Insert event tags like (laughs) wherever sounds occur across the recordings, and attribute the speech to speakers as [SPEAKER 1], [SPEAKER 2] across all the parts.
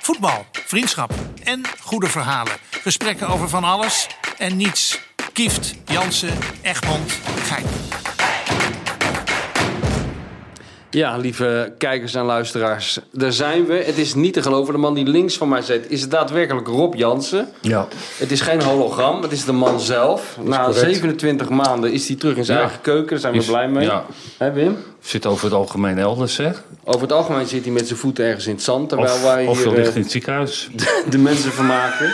[SPEAKER 1] Voetbal, vriendschap en goede verhalen. Gesprekken over van alles en niets. Kieft, Jansen, Egmond, Gein.
[SPEAKER 2] Ja, lieve kijkers en luisteraars, daar zijn we. Het is niet te geloven, de man die links van mij zit, is het daadwerkelijk Rob Jansen.
[SPEAKER 3] Ja.
[SPEAKER 2] Het is geen hologram, het is de man zelf. Na
[SPEAKER 3] correct.
[SPEAKER 2] 27 maanden is hij terug in zijn
[SPEAKER 3] Ja.
[SPEAKER 2] eigen keuken, daar zijn we
[SPEAKER 3] Is-
[SPEAKER 2] blij mee.
[SPEAKER 3] ja.
[SPEAKER 2] Hè Wim?
[SPEAKER 3] Zit over het algemeen elders, zeg.
[SPEAKER 2] Over het algemeen zit hij met zijn voeten ergens in het zand, terwijl
[SPEAKER 3] Of,
[SPEAKER 2] wij
[SPEAKER 3] of je
[SPEAKER 2] hier
[SPEAKER 3] ligt
[SPEAKER 2] eh,
[SPEAKER 3] in het ziekenhuis.
[SPEAKER 2] de mensen vermaken.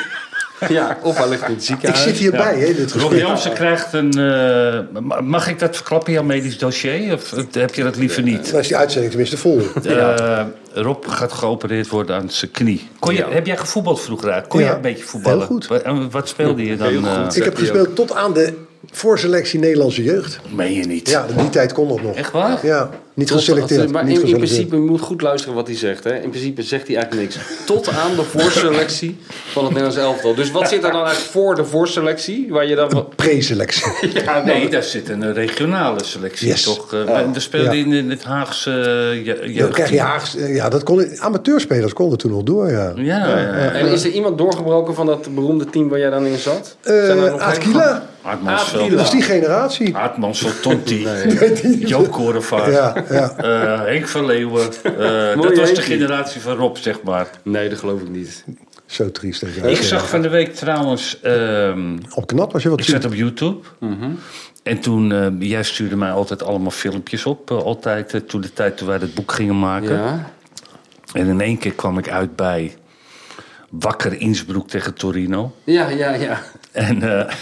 [SPEAKER 3] (laughs)
[SPEAKER 2] ja, of hij ligt in het
[SPEAKER 4] Ik
[SPEAKER 2] ziekenhuis.
[SPEAKER 4] zit hierbij, hè, dit
[SPEAKER 3] Eh, Rob
[SPEAKER 4] gesprek.
[SPEAKER 3] Jansen krijgt een... eh, ma- mag ik dat verklappen, jouw medisch dossier? Of eh, heb je dat liever niet?
[SPEAKER 4] Dan is die uitzending tenminste vol.
[SPEAKER 3] (laughs) Eh, Rob gaat geopereerd worden aan zijn knie. Kon je, Heb jij gevoetbald vroeger? uit? Kon
[SPEAKER 4] Ja.
[SPEAKER 3] je een beetje voetballen?
[SPEAKER 4] Heel goed.
[SPEAKER 3] Wat, en wat speelde je dan? eh?
[SPEAKER 5] Heel goed.
[SPEAKER 4] Ik heb
[SPEAKER 5] hij
[SPEAKER 4] gespeeld tot aan de voorselectie Nederlandse jeugd.
[SPEAKER 3] eh, meen je niet?
[SPEAKER 4] Ja, in die tijd kon dat nog.
[SPEAKER 3] Echt waar?
[SPEAKER 4] Ja, niet
[SPEAKER 2] Tot-
[SPEAKER 4] geselecteerd.
[SPEAKER 2] Maar
[SPEAKER 4] niet
[SPEAKER 2] in, in
[SPEAKER 4] geselecteerd.
[SPEAKER 2] principe, je moet goed luisteren wat hij zegt. Hè? In principe zegt hij eigenlijk niks. Tot aan de voorselectie van het Nederlands elftal. Dus wat zit er dan eigenlijk voor de voorselectie? Waar je dan... wel-
[SPEAKER 4] Preselectie.
[SPEAKER 2] (laughs)
[SPEAKER 3] nee, daar zit een regionale selectie
[SPEAKER 4] Yes.
[SPEAKER 3] toch? Eh, en daar speelde
[SPEAKER 4] Ja.
[SPEAKER 3] in, in het Haagse eh, je-
[SPEAKER 4] Dan krijg je
[SPEAKER 3] jeugdteam.
[SPEAKER 4] Haags, ja, dat kon, amateurspelers konden toen nog door, ja.
[SPEAKER 3] Ja, ja, ja.
[SPEAKER 2] En is er iemand doorgebroken van dat beroemde team waar jij dan in zat? Zijn er
[SPEAKER 4] Eh
[SPEAKER 2] nog
[SPEAKER 4] Aad
[SPEAKER 2] geen- Ah,
[SPEAKER 4] Kila,
[SPEAKER 3] Aardmansveld.
[SPEAKER 2] Aad
[SPEAKER 4] dat is die generatie. (laughs)
[SPEAKER 3] Aardmansel, Tonti, Joop Korevaart,
[SPEAKER 4] Ja, ja.
[SPEAKER 3] eh, Henk van Leeuwen. Eh, dat was de
[SPEAKER 2] Henkie.
[SPEAKER 3] generatie van Rob, zeg maar.
[SPEAKER 2] Nee, dat geloof ik niet.
[SPEAKER 4] Zo triest. hè.
[SPEAKER 3] Ik zag van de week trouwens... ehm,
[SPEAKER 4] Op knap was je wat
[SPEAKER 3] ik zat
[SPEAKER 4] ziet.
[SPEAKER 3] op YouTube. En toen, eh, jij stuurde mij altijd allemaal filmpjes op. eh, altijd eh, toen de tijd toen wij dat boek gingen maken.
[SPEAKER 2] Ja?
[SPEAKER 3] En in één keer kwam ik uit bij Wakker Innsbruck tegen Torino.
[SPEAKER 2] Ja, ja, ja.
[SPEAKER 3] (laughs) En, eh,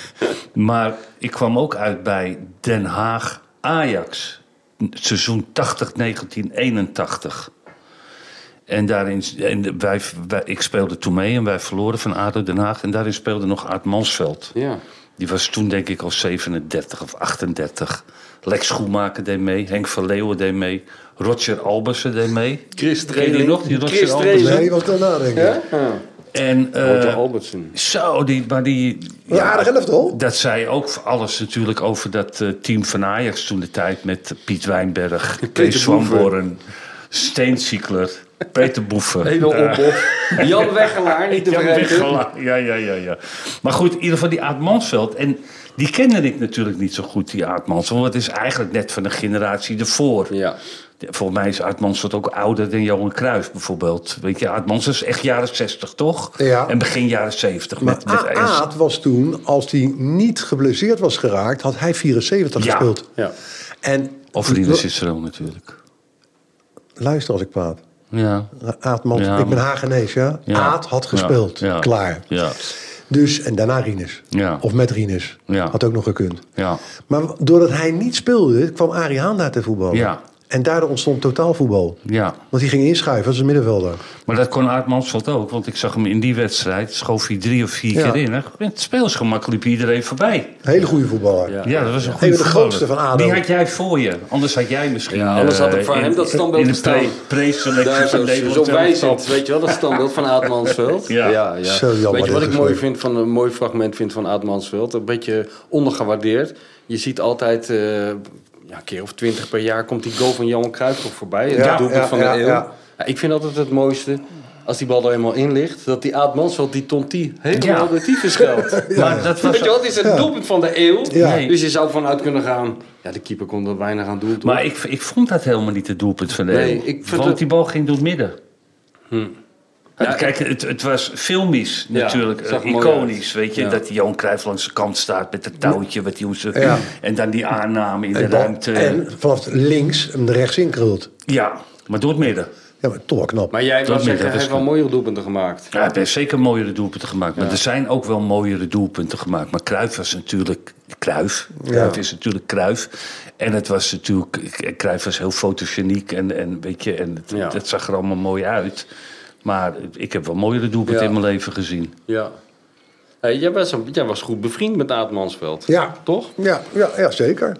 [SPEAKER 3] maar ik kwam ook uit bij Den Haag Ajax. Seizoen 80, 1981. En daarin, en wij, wij- ik speelde toen mee en wij verloren van ADO Den Haag. En daarin speelde nog Aad Mansveld.
[SPEAKER 2] Ja.
[SPEAKER 3] Die was toen denk ik al 37 of 38. Lex Schoenmaker deed mee, Henk van Leeuwen deed mee, Roger Albersen deed mee.
[SPEAKER 2] Chris
[SPEAKER 3] Ken je die
[SPEAKER 2] Dreeling.
[SPEAKER 3] nog, die Roger
[SPEAKER 2] Chris
[SPEAKER 3] Albersen?
[SPEAKER 2] Dreeling.
[SPEAKER 4] Nee, die was daarna, denk ik.
[SPEAKER 2] Ja?
[SPEAKER 4] Ja?
[SPEAKER 2] Ja.
[SPEAKER 3] En
[SPEAKER 2] Otto
[SPEAKER 3] eh,
[SPEAKER 2] Albertsen.
[SPEAKER 3] zo, die, maar die...
[SPEAKER 4] Een aardig elftal.
[SPEAKER 3] Dat zei ook alles natuurlijk over dat eh, team van Ajax toen de tijd met Piet Wijnberg, Kees Swamborn, Steensiekler, Peter Boeven.
[SPEAKER 2] Hele
[SPEAKER 3] Eh,
[SPEAKER 2] opbop. Jan Wegelaar, niet te
[SPEAKER 3] Jan
[SPEAKER 2] vergeten.
[SPEAKER 3] Wichelaar. Ja, ja, ja, ja. Maar goed, in ieder geval die Aad Mansveld. En die kende ik natuurlijk niet zo goed, die Aad Mansveld. Want het is eigenlijk net van de generatie ervoor.
[SPEAKER 2] Ja.
[SPEAKER 3] Volgens mij is Aad Mansveld ook ouder dan Johan Cruijff bijvoorbeeld. Weet je, Aad Mansveld is echt jaren 60, toch?
[SPEAKER 4] Ja.
[SPEAKER 3] En begin jaren 70.
[SPEAKER 4] Maar A- Aad was toen, als hij niet geblesseerd was geraakt, had hij 74
[SPEAKER 3] Ja.
[SPEAKER 4] gespeeld.
[SPEAKER 2] Ja.
[SPEAKER 4] En
[SPEAKER 3] Of Rina Cicero natuurlijk.
[SPEAKER 4] luister als ik praat.
[SPEAKER 3] Ja.
[SPEAKER 4] Aad Mans,
[SPEAKER 3] Ja,
[SPEAKER 4] ik ben
[SPEAKER 3] maar-
[SPEAKER 4] Hagenees, ja?
[SPEAKER 3] Ja.
[SPEAKER 4] Aad had gespeeld,
[SPEAKER 3] Ja, ja,
[SPEAKER 4] klaar.
[SPEAKER 3] Ja.
[SPEAKER 4] Dus, en daarna Rinus.
[SPEAKER 3] Ja.
[SPEAKER 4] Of met Rinus.
[SPEAKER 3] Ja.
[SPEAKER 4] Had ook nog gekund.
[SPEAKER 3] Ja.
[SPEAKER 4] Maar doordat hij niet speelde, kwam Arie Haan daar te voetballen.
[SPEAKER 3] Ja.
[SPEAKER 4] En daardoor ontstond totaalvoetbal.
[SPEAKER 3] ja.
[SPEAKER 4] Want die ging inschuiven als een middenvelder.
[SPEAKER 3] Maar dat kon Aad Mansveld ook, want ik zag hem in die wedstrijd. Schoof hij drie of vier
[SPEAKER 4] Ja.
[SPEAKER 3] keer in. hè. Met speelsgemak liep iedereen voorbij.
[SPEAKER 4] Een hele goede voetballer.
[SPEAKER 2] Ja.
[SPEAKER 3] Ja, dat was een goede
[SPEAKER 4] Een van de
[SPEAKER 3] voetballer.
[SPEAKER 4] grootste van ADO.
[SPEAKER 3] Die had jij voor je. Anders had jij misschien...
[SPEAKER 2] Ja, anders
[SPEAKER 3] eh,
[SPEAKER 2] had ik voor
[SPEAKER 3] in-
[SPEAKER 2] hem dat standbeeld
[SPEAKER 3] In de
[SPEAKER 2] gestaan.
[SPEAKER 3] pre- pre-selectie
[SPEAKER 2] Daar
[SPEAKER 3] van
[SPEAKER 2] zo,
[SPEAKER 3] Nederland.
[SPEAKER 2] zo
[SPEAKER 3] zelf
[SPEAKER 2] wijzend,
[SPEAKER 3] stond.
[SPEAKER 2] weet je wel, dat standbeeld van Aad Mansveld.
[SPEAKER 3] Ja.
[SPEAKER 4] Zo jammer,
[SPEAKER 2] weet je wat
[SPEAKER 4] dit
[SPEAKER 2] ik mooi,
[SPEAKER 4] gesprek.
[SPEAKER 2] vind van, een mooi fragment vind van Aad Mansveld? Een beetje ondergewaardeerd. Je ziet altijd, eh, ja, een keer of twintig per jaar komt die goal van Johan Cruijff toch voorbij. Ja,
[SPEAKER 4] Ja,
[SPEAKER 2] dat doelpunt
[SPEAKER 4] ja,
[SPEAKER 2] van
[SPEAKER 4] ja,
[SPEAKER 2] de eeuw.
[SPEAKER 4] ja.
[SPEAKER 2] Ja, ik vind altijd het mooiste, als die bal er helemaal in ligt, dat die Aad Mansveld die Tonti helemaal
[SPEAKER 3] Ja.
[SPEAKER 2] de tyfus
[SPEAKER 4] (laughs)
[SPEAKER 2] geldt.
[SPEAKER 3] Maar dat was...
[SPEAKER 2] Weet je wel, het is het doelpunt van de eeuw.
[SPEAKER 4] Ja.
[SPEAKER 3] Nee.
[SPEAKER 2] Dus je zou vanuit kunnen gaan, ja, de keeper kon er weinig aan doen.
[SPEAKER 3] Maar ik, ik vond dat helemaal niet het doelpunt van de
[SPEAKER 2] Nee,
[SPEAKER 3] eeuw.
[SPEAKER 2] ik vind
[SPEAKER 3] Want
[SPEAKER 2] dat-
[SPEAKER 3] die bal ging door het midden. Ja,
[SPEAKER 2] Ja,
[SPEAKER 3] kijk, het, het was filmisch
[SPEAKER 2] Ja,
[SPEAKER 3] natuurlijk,
[SPEAKER 2] zag
[SPEAKER 3] eh,
[SPEAKER 2] mooi uit.
[SPEAKER 3] iconisch, weet je.
[SPEAKER 2] Ja.
[SPEAKER 3] Dat die Johan Cruijff langs de kant staat met het touwtje wat hij om zijn...
[SPEAKER 4] Ja.
[SPEAKER 3] En dan die aanname in de
[SPEAKER 4] En dan-
[SPEAKER 3] ruimte.
[SPEAKER 4] En vanaf links hem er rechts in krult.
[SPEAKER 3] Ja, maar door het midden.
[SPEAKER 4] Ja, maar toch wel knap.
[SPEAKER 2] Maar jij hebt
[SPEAKER 3] Dat
[SPEAKER 2] wel
[SPEAKER 3] midden,
[SPEAKER 2] zeggen, hij
[SPEAKER 3] dat
[SPEAKER 2] heeft
[SPEAKER 3] is
[SPEAKER 2] wel mooiere doelpunten gemaakt.
[SPEAKER 3] Ja, hij heeft zeker mooiere doelpunten gemaakt. Maar
[SPEAKER 2] Ja.
[SPEAKER 3] er zijn ook wel mooiere doelpunten gemaakt. Maar Cruijff was natuurlijk... Cruijff. Cruijff is natuurlijk Cruijff. En het was natuurlijk... Cruijff was heel fotogeniek. En, en, weet je, en het,
[SPEAKER 2] Ja.
[SPEAKER 3] dat zag er allemaal mooi uit. Maar ik heb wel mooiere doelpunten
[SPEAKER 2] Ja.
[SPEAKER 3] in mijn leven gezien.
[SPEAKER 2] Ja. Hey, jij, was, jij was goed bevriend met Aad Mansveld.
[SPEAKER 4] Ja.
[SPEAKER 2] Toch?
[SPEAKER 4] Ja, ja, ja zeker.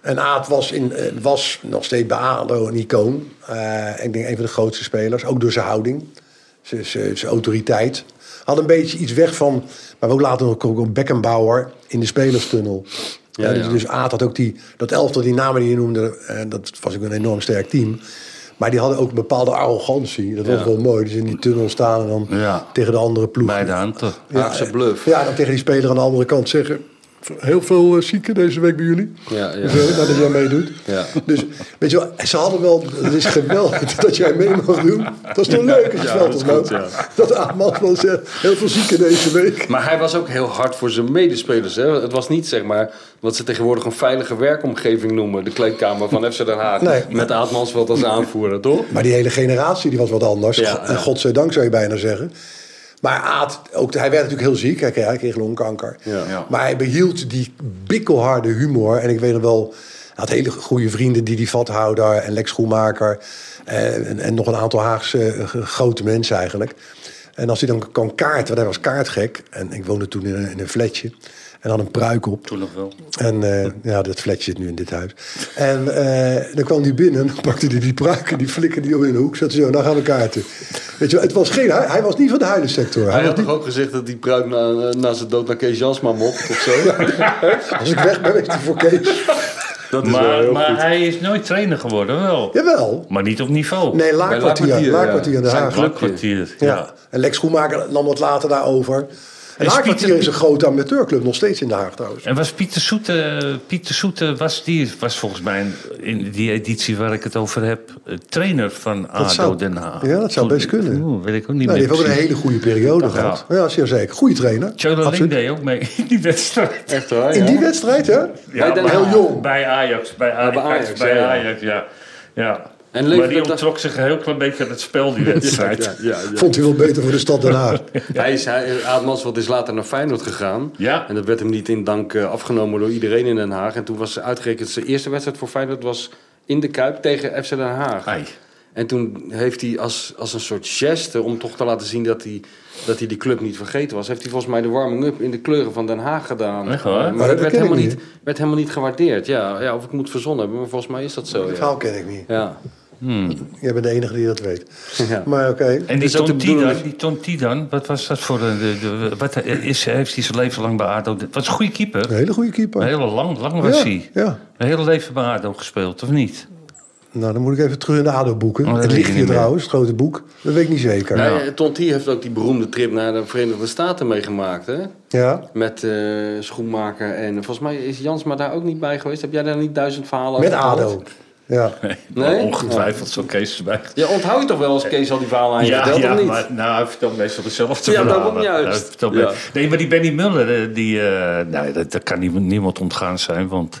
[SPEAKER 4] En Aad was, in, eh, was nog steeds bij ADO een icoon. Eh, ik denk een van de grootste spelers. Ook door zijn houding. Zijn- Zijn zijn autoriteit. Had een beetje iets weg van... Maar we later nog ook een Beckenbauer in de spelerstunnel. dus Ja,
[SPEAKER 2] ja.
[SPEAKER 4] eh, Dus Aad had ook die, dat elftal, die namen die je noemde... eh, dat was ook een enorm sterk team. Maar die hadden ook een bepaalde arrogantie. Dat was
[SPEAKER 2] Ja.
[SPEAKER 4] wel mooi. Dus in die tunnel staan en dan
[SPEAKER 3] Ja.
[SPEAKER 4] tegen de andere ploeg.
[SPEAKER 3] Bij de hand. toch?
[SPEAKER 2] Haagse bluff.
[SPEAKER 4] Ja, dan tegen die speler aan de andere kant zeggen... Heel veel eh, zieken deze week bij jullie. eh,
[SPEAKER 2] Ja, ja.
[SPEAKER 4] Zo, nadat jij meedoet.
[SPEAKER 2] Ja.
[SPEAKER 4] Dus weet je wel, ze hadden wel... Het is geweldig (laughs) dat jij mee mag doen. Dat is toch leuk als je
[SPEAKER 2] ja,
[SPEAKER 4] veld
[SPEAKER 2] dat
[SPEAKER 4] als
[SPEAKER 2] is
[SPEAKER 4] man.
[SPEAKER 2] goed, ja.
[SPEAKER 4] Dat Aamans wel zegt, heel veel zieken deze week.
[SPEAKER 2] Maar hij was ook heel hard voor zijn medespelers. Hè? Het was niet zeg maar wat ze tegenwoordig een veilige werkomgeving noemen. De kleedkamer van FC Den Haag.
[SPEAKER 4] Nee.
[SPEAKER 2] Met Aadmansveld als aanvoerder, toch?
[SPEAKER 4] Maar die hele generatie die was wat anders.
[SPEAKER 2] Ja,
[SPEAKER 4] God-
[SPEAKER 2] ja.
[SPEAKER 4] Godzijdank zou je bijna zeggen. Maar Aad, ook, hij werd natuurlijk heel ziek. Hij kreeg, hij kreeg longkanker.
[SPEAKER 2] Ja. Ja.
[SPEAKER 4] Maar hij behield die bikkelharde humor. En ik weet nog wel, hij had hele goede vrienden. Didi Vathouder en Lex Schoenmaker. eh, En, en nog een aantal Haagse eh, g- grote mensen eigenlijk. En als hij dan kan kaarten, want hij was kaartgek. En ik woonde toen in een, in een flatje. En had een pruik op.
[SPEAKER 3] Toen nog wel.
[SPEAKER 4] En eh, ja, dat flat zit nu in dit huis. En eh, dan kwam hij binnen en dan pakte hij die pruik en die flikkerde die om in de hoek. Zat zo, nou gaan we kaarten. Weet je wel, het was geen, hij, hij was niet van de huilensector.
[SPEAKER 2] Hij
[SPEAKER 4] Hij
[SPEAKER 2] had
[SPEAKER 4] was niet,
[SPEAKER 2] toch ook gezegd dat die pruik na, na zijn dood naar Kees Jansma mocht of zo?
[SPEAKER 4] als ik weg ben, is hij voor Kees.
[SPEAKER 2] (laughs) Dat is wel
[SPEAKER 3] Maar,
[SPEAKER 2] heel
[SPEAKER 3] maar
[SPEAKER 2] goed.
[SPEAKER 3] hij is nooit trainer geworden, wel.
[SPEAKER 4] Jawel.
[SPEAKER 3] Maar niet op niveau.
[SPEAKER 4] Nee, Laakkwartier.
[SPEAKER 2] Laakkwartier,
[SPEAKER 4] Laakkwartier in Den
[SPEAKER 2] ja.
[SPEAKER 4] Haag.
[SPEAKER 2] Zijn
[SPEAKER 3] Clubkwartier.
[SPEAKER 4] Ja.
[SPEAKER 3] Ja.
[SPEAKER 4] En Lex Schoenmaker nam wat later daarover. En
[SPEAKER 3] Is
[SPEAKER 4] Laakkwartier
[SPEAKER 3] Pieter-
[SPEAKER 4] is een grote amateurclub, nog steeds in Den Haag trouwens.
[SPEAKER 3] En was Pieter Soete, Pieter Soete was, die, was volgens mij in die editie waar ik het over heb, eh, trainer van ADO
[SPEAKER 4] zou-
[SPEAKER 3] Den Haag.
[SPEAKER 4] ja, dat zou
[SPEAKER 3] Toen-
[SPEAKER 4] best kunnen.
[SPEAKER 3] Oeh, weet ik ook niet
[SPEAKER 4] Nou, die
[SPEAKER 3] meer
[SPEAKER 4] heeft ook een
[SPEAKER 3] precies.
[SPEAKER 4] hele goede periode gehad. Ja, zeer zeker. Goede trainer.
[SPEAKER 3] Chola Ling
[SPEAKER 4] Absoluut.
[SPEAKER 3] deed ook mee (laughs) in die wedstrijd.
[SPEAKER 2] Echt waar,
[SPEAKER 4] In
[SPEAKER 2] ja.
[SPEAKER 4] die wedstrijd, hè?
[SPEAKER 2] Bij Den
[SPEAKER 3] maar-
[SPEAKER 2] Haag.
[SPEAKER 4] Heel jong.
[SPEAKER 3] Bij Ajax. Bij Ajax,
[SPEAKER 2] bij
[SPEAKER 3] bij
[SPEAKER 2] Ajax,
[SPEAKER 3] Ajax,
[SPEAKER 2] ja, ja.
[SPEAKER 3] ja. ja.
[SPEAKER 2] En
[SPEAKER 3] maar
[SPEAKER 2] leverde
[SPEAKER 3] die
[SPEAKER 2] dat-
[SPEAKER 3] onttrok zich een heel klein beetje aan het spel, die
[SPEAKER 2] (laughs)
[SPEAKER 3] wedstrijd.
[SPEAKER 2] Ja, ja, ja.
[SPEAKER 4] Vond hij wel beter voor de stad Den Haag.
[SPEAKER 2] Hij is, hij, Aad Mansveld eh, is later naar Feyenoord gegaan.
[SPEAKER 3] Ja.
[SPEAKER 2] En dat werd hem niet in dank eh, afgenomen door iedereen in Den Haag. En toen was uitgerekend zijn eerste wedstrijd voor Feyenoord was in de Kuip tegen FC Den Haag.
[SPEAKER 3] Ai.
[SPEAKER 2] En toen heeft hij als, als een soort geste, om toch te laten zien dat hij, dat hij die club niet vergeten was... heeft hij volgens mij de warming-up in de kleuren van Den Haag gedaan.
[SPEAKER 3] Echt waar?
[SPEAKER 2] Eh,
[SPEAKER 4] Maar
[SPEAKER 2] Maar
[SPEAKER 4] Oh, dat
[SPEAKER 2] dat werd
[SPEAKER 4] ken ik
[SPEAKER 2] helemaal niet,
[SPEAKER 4] niet.
[SPEAKER 2] werd helemaal niet gewaardeerd. Ja, ja, of ik moet verzonnen hebben, maar volgens mij is dat zo.
[SPEAKER 4] Dat
[SPEAKER 2] Ja.
[SPEAKER 4] verhaal ken ik niet.
[SPEAKER 2] Ja.
[SPEAKER 4] Jij bent de enige die dat weet.
[SPEAKER 2] Ja.
[SPEAKER 4] Maar oké.
[SPEAKER 3] En die
[SPEAKER 2] is ook de
[SPEAKER 3] Tom, Tidan,
[SPEAKER 2] bedoeling.
[SPEAKER 3] die Tom Tidan, wat was dat voor een... De, de- wat eh, is, heeft hij zijn leven lang bij ADO... Wat is een goede keeper.
[SPEAKER 4] Een hele goede keeper.
[SPEAKER 3] Een hele lang, lang was
[SPEAKER 4] Ja,
[SPEAKER 3] hij.
[SPEAKER 4] ja.
[SPEAKER 3] Een hele leven bij ADO gespeeld, of niet?
[SPEAKER 4] Nou, dan moet ik even terug in de ADO-boeken.
[SPEAKER 3] Oh, dat
[SPEAKER 4] het
[SPEAKER 3] weet
[SPEAKER 4] ligt
[SPEAKER 3] ik
[SPEAKER 4] hier
[SPEAKER 3] niet meer.
[SPEAKER 4] trouwens, het grote boek. Dat weet ik niet zeker. Ja.
[SPEAKER 2] Nou, ja, Tonti heeft ook die beroemde trip naar de Verenigde Staten meegemaakt, hè? Met eh, Schoenmaker en volgens mij is Jansma daar ook niet bij geweest. Heb jij daar niet duizend verhalen
[SPEAKER 4] Met
[SPEAKER 2] over gehoord?
[SPEAKER 4] ADO. Ja.
[SPEAKER 2] Oh, Nee?
[SPEAKER 3] Ongetwijfeld, zo Kees erbij.
[SPEAKER 2] Ja, onthoud je toch wel als Kees al die verhalen aan je vertelt, of niet?
[SPEAKER 3] Eh, maar nou, hij vertelt meestal dezelfde
[SPEAKER 2] Ja,
[SPEAKER 3] verhalen.
[SPEAKER 2] daarom juist.
[SPEAKER 3] Hij vertelt
[SPEAKER 2] Ja.
[SPEAKER 3] me- Nee, maar die Benny Muller, eh, die, eh, nee, dat, dat kan niemand, niemand ontgaan zijn, want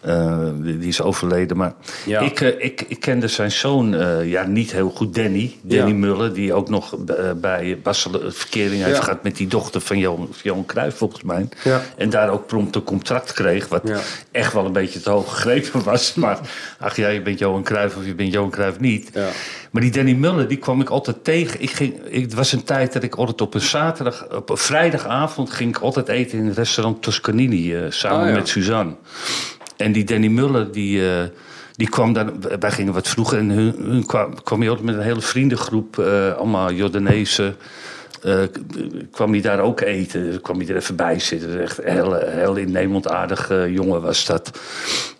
[SPEAKER 3] eh, die, die is overleden. Maar
[SPEAKER 2] Ja.
[SPEAKER 3] ik, eh, ik, ik kende zijn zoon, eh, ja, niet heel goed, Danny. Danny
[SPEAKER 2] Ja.
[SPEAKER 3] Muller, die ook nog eh, bij Basel verkering heeft
[SPEAKER 2] Ja.
[SPEAKER 3] gehad met die dochter van Johan, Johan Cruijff, volgens mij.
[SPEAKER 4] Ja.
[SPEAKER 3] En daar ook prompt een contract kreeg, wat
[SPEAKER 2] Ja.
[SPEAKER 3] echt wel een beetje te hoog gegrepen was. (laughs) Maar ach ja, je bent Johan Cruijff of je bent Johan Cruijff niet.
[SPEAKER 2] Ja.
[SPEAKER 3] Maar die Danny Muller, die kwam ik altijd tegen. Ik ging, ik, het was een tijd dat ik altijd op een zaterdag, op een vrijdagavond ging ik altijd eten in het restaurant Toscanini eh, samen
[SPEAKER 2] Oh, ja.
[SPEAKER 3] met Suzanne. En die Danny Muller, die, eh, die kwam dan, wij gingen wat vroeger en hun, hun kwam, kwam hij altijd met een hele vriendengroep, eh, allemaal Jordanezen. eh, k- kwam hij daar ook eten, kwam hij er even bij zitten. Echt een heel, heel innemend aardig eh, jongen was dat.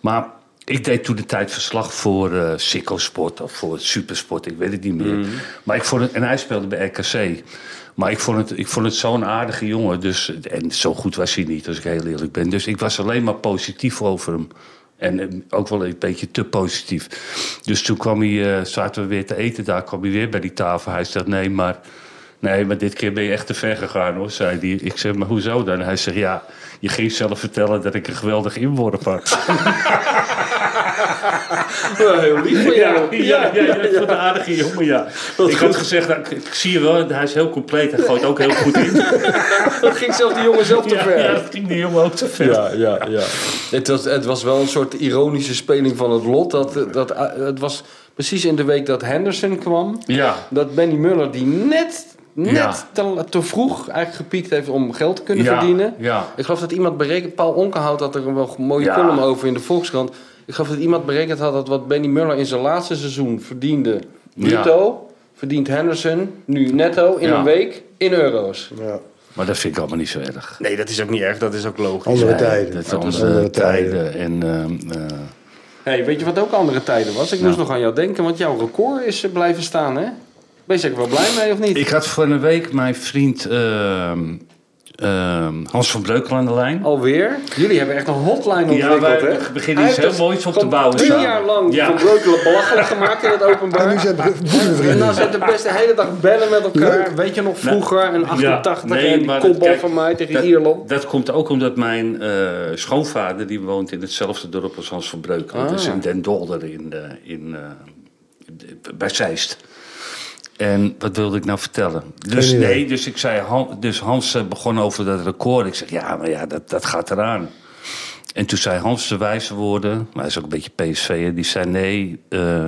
[SPEAKER 3] Maar ik deed toen de tijd verslag voor eh Sikko Sport of voor Supersport, ik weet het niet meer. Maar ik vond het, en hij speelde bij RKC. Maar ik vond het, ik vond het zo'n aardige jongen. Dus, en zo goed was hij niet, als ik heel eerlijk ben. Dus ik was alleen maar positief over hem. En eh, ook wel een beetje te positief. Dus toen kwam hij, eh, zaten we weer te eten daar, kwam hij weer bij die tafel. Hij zegt, nee, maar, nee, maar dit keer ben je echt te ver gegaan, hoor, zei hij. Ik zeg, maar hoezo dan? Hij zegt, ja, je ging zelf vertellen dat ik een geweldig inworp had.
[SPEAKER 2] Ja, (laughs) heel lief van
[SPEAKER 3] Ja,
[SPEAKER 2] jou.
[SPEAKER 3] ja, ja, ja, ik vond een aardige jongen, ja. ik had gezegd, nou, ik, ik zie je wel, hij is heel compleet. Hij gooit ook heel goed in.
[SPEAKER 2] (laughs) Dat ging zelf die jongen zelf te
[SPEAKER 3] Ja,
[SPEAKER 2] ver.
[SPEAKER 3] ja, dat ging die jongen ook te ver.
[SPEAKER 2] ja, ja. Het, was, het was wel een soort ironische speling van het lot. Dat, dat, eh, het was precies in de week dat Henderson kwam.
[SPEAKER 3] Ja.
[SPEAKER 2] Dat Benny Muller, die net, net
[SPEAKER 3] Ja.
[SPEAKER 2] te, te vroeg eigenlijk gepiekt heeft om geld te kunnen
[SPEAKER 3] Ja,
[SPEAKER 2] verdienen.
[SPEAKER 3] ja.
[SPEAKER 2] Ik geloof dat iemand berekend, Paul Onkenhout had er een wel mooie
[SPEAKER 3] Ja.
[SPEAKER 2] column over in de Volkskrant. Ik geloof dat iemand berekend had dat wat Benny Muller in zijn laatste seizoen verdiende
[SPEAKER 3] Ja.
[SPEAKER 2] netto, verdient Henderson nu netto in
[SPEAKER 3] Ja.
[SPEAKER 2] een week in euro's.
[SPEAKER 4] Ja.
[SPEAKER 3] Maar dat vind ik allemaal niet zo erg.
[SPEAKER 2] Nee, dat is ook niet erg, dat is ook logisch.
[SPEAKER 4] Andere
[SPEAKER 3] Nee,
[SPEAKER 4] tijden.
[SPEAKER 3] Dat is
[SPEAKER 4] Het was
[SPEAKER 3] andere
[SPEAKER 4] andere
[SPEAKER 3] tijden. En, ehm, eh,
[SPEAKER 2] Hey, weet je wat ook andere tijden was? Ik
[SPEAKER 3] Nou.
[SPEAKER 2] moest nog aan jou denken, want jouw record is eh, blijven staan, hè? Ben je zeker wel blij mee of niet?
[SPEAKER 3] Ik had voor een week mijn vriend ehm, ehm, Hans van Breukel aan de lijn.
[SPEAKER 2] Alweer? Jullie hebben echt een hotline
[SPEAKER 3] Ja,
[SPEAKER 2] ontwikkeld, hè?
[SPEAKER 3] wij beginnen iets
[SPEAKER 2] Hij
[SPEAKER 3] heel
[SPEAKER 2] heeft
[SPEAKER 3] moois op te
[SPEAKER 2] gewoon
[SPEAKER 3] bouwen
[SPEAKER 2] Drie
[SPEAKER 3] samen.
[SPEAKER 2] jaar lang
[SPEAKER 3] Ja.
[SPEAKER 2] van Breukelen belachelijk (laughs) gemaakt in het openbaar.
[SPEAKER 4] En nu zijn br-
[SPEAKER 2] En
[SPEAKER 4] boezemvrienden.
[SPEAKER 2] dan zitten de beste de hele dag bellen met elkaar. Weet je nog vroeger, een 88
[SPEAKER 3] Nou, Ja, nee,
[SPEAKER 2] en die
[SPEAKER 3] maar dat-
[SPEAKER 2] kopbal
[SPEAKER 3] kijk,
[SPEAKER 2] van mij tegen
[SPEAKER 3] dat,
[SPEAKER 2] Ierland?
[SPEAKER 3] Dat komt ook omdat mijn eh, schoonvader, die woont in hetzelfde dorp als Hans van Breukelen. Dat
[SPEAKER 2] Ah.
[SPEAKER 3] is in Den Dolder in, eh, in, eh, bij Zeist. En wat wilde ik nou vertellen? Dus
[SPEAKER 4] idee.
[SPEAKER 3] nee, dus ik zei, Han- dus Hans eh, begon over dat record. Ik zeg, ja, maar ja, dat, dat gaat eraan. En toen zei Hans de wijze woorden, maar hij is ook een beetje PSV'er, die zei nee, eh,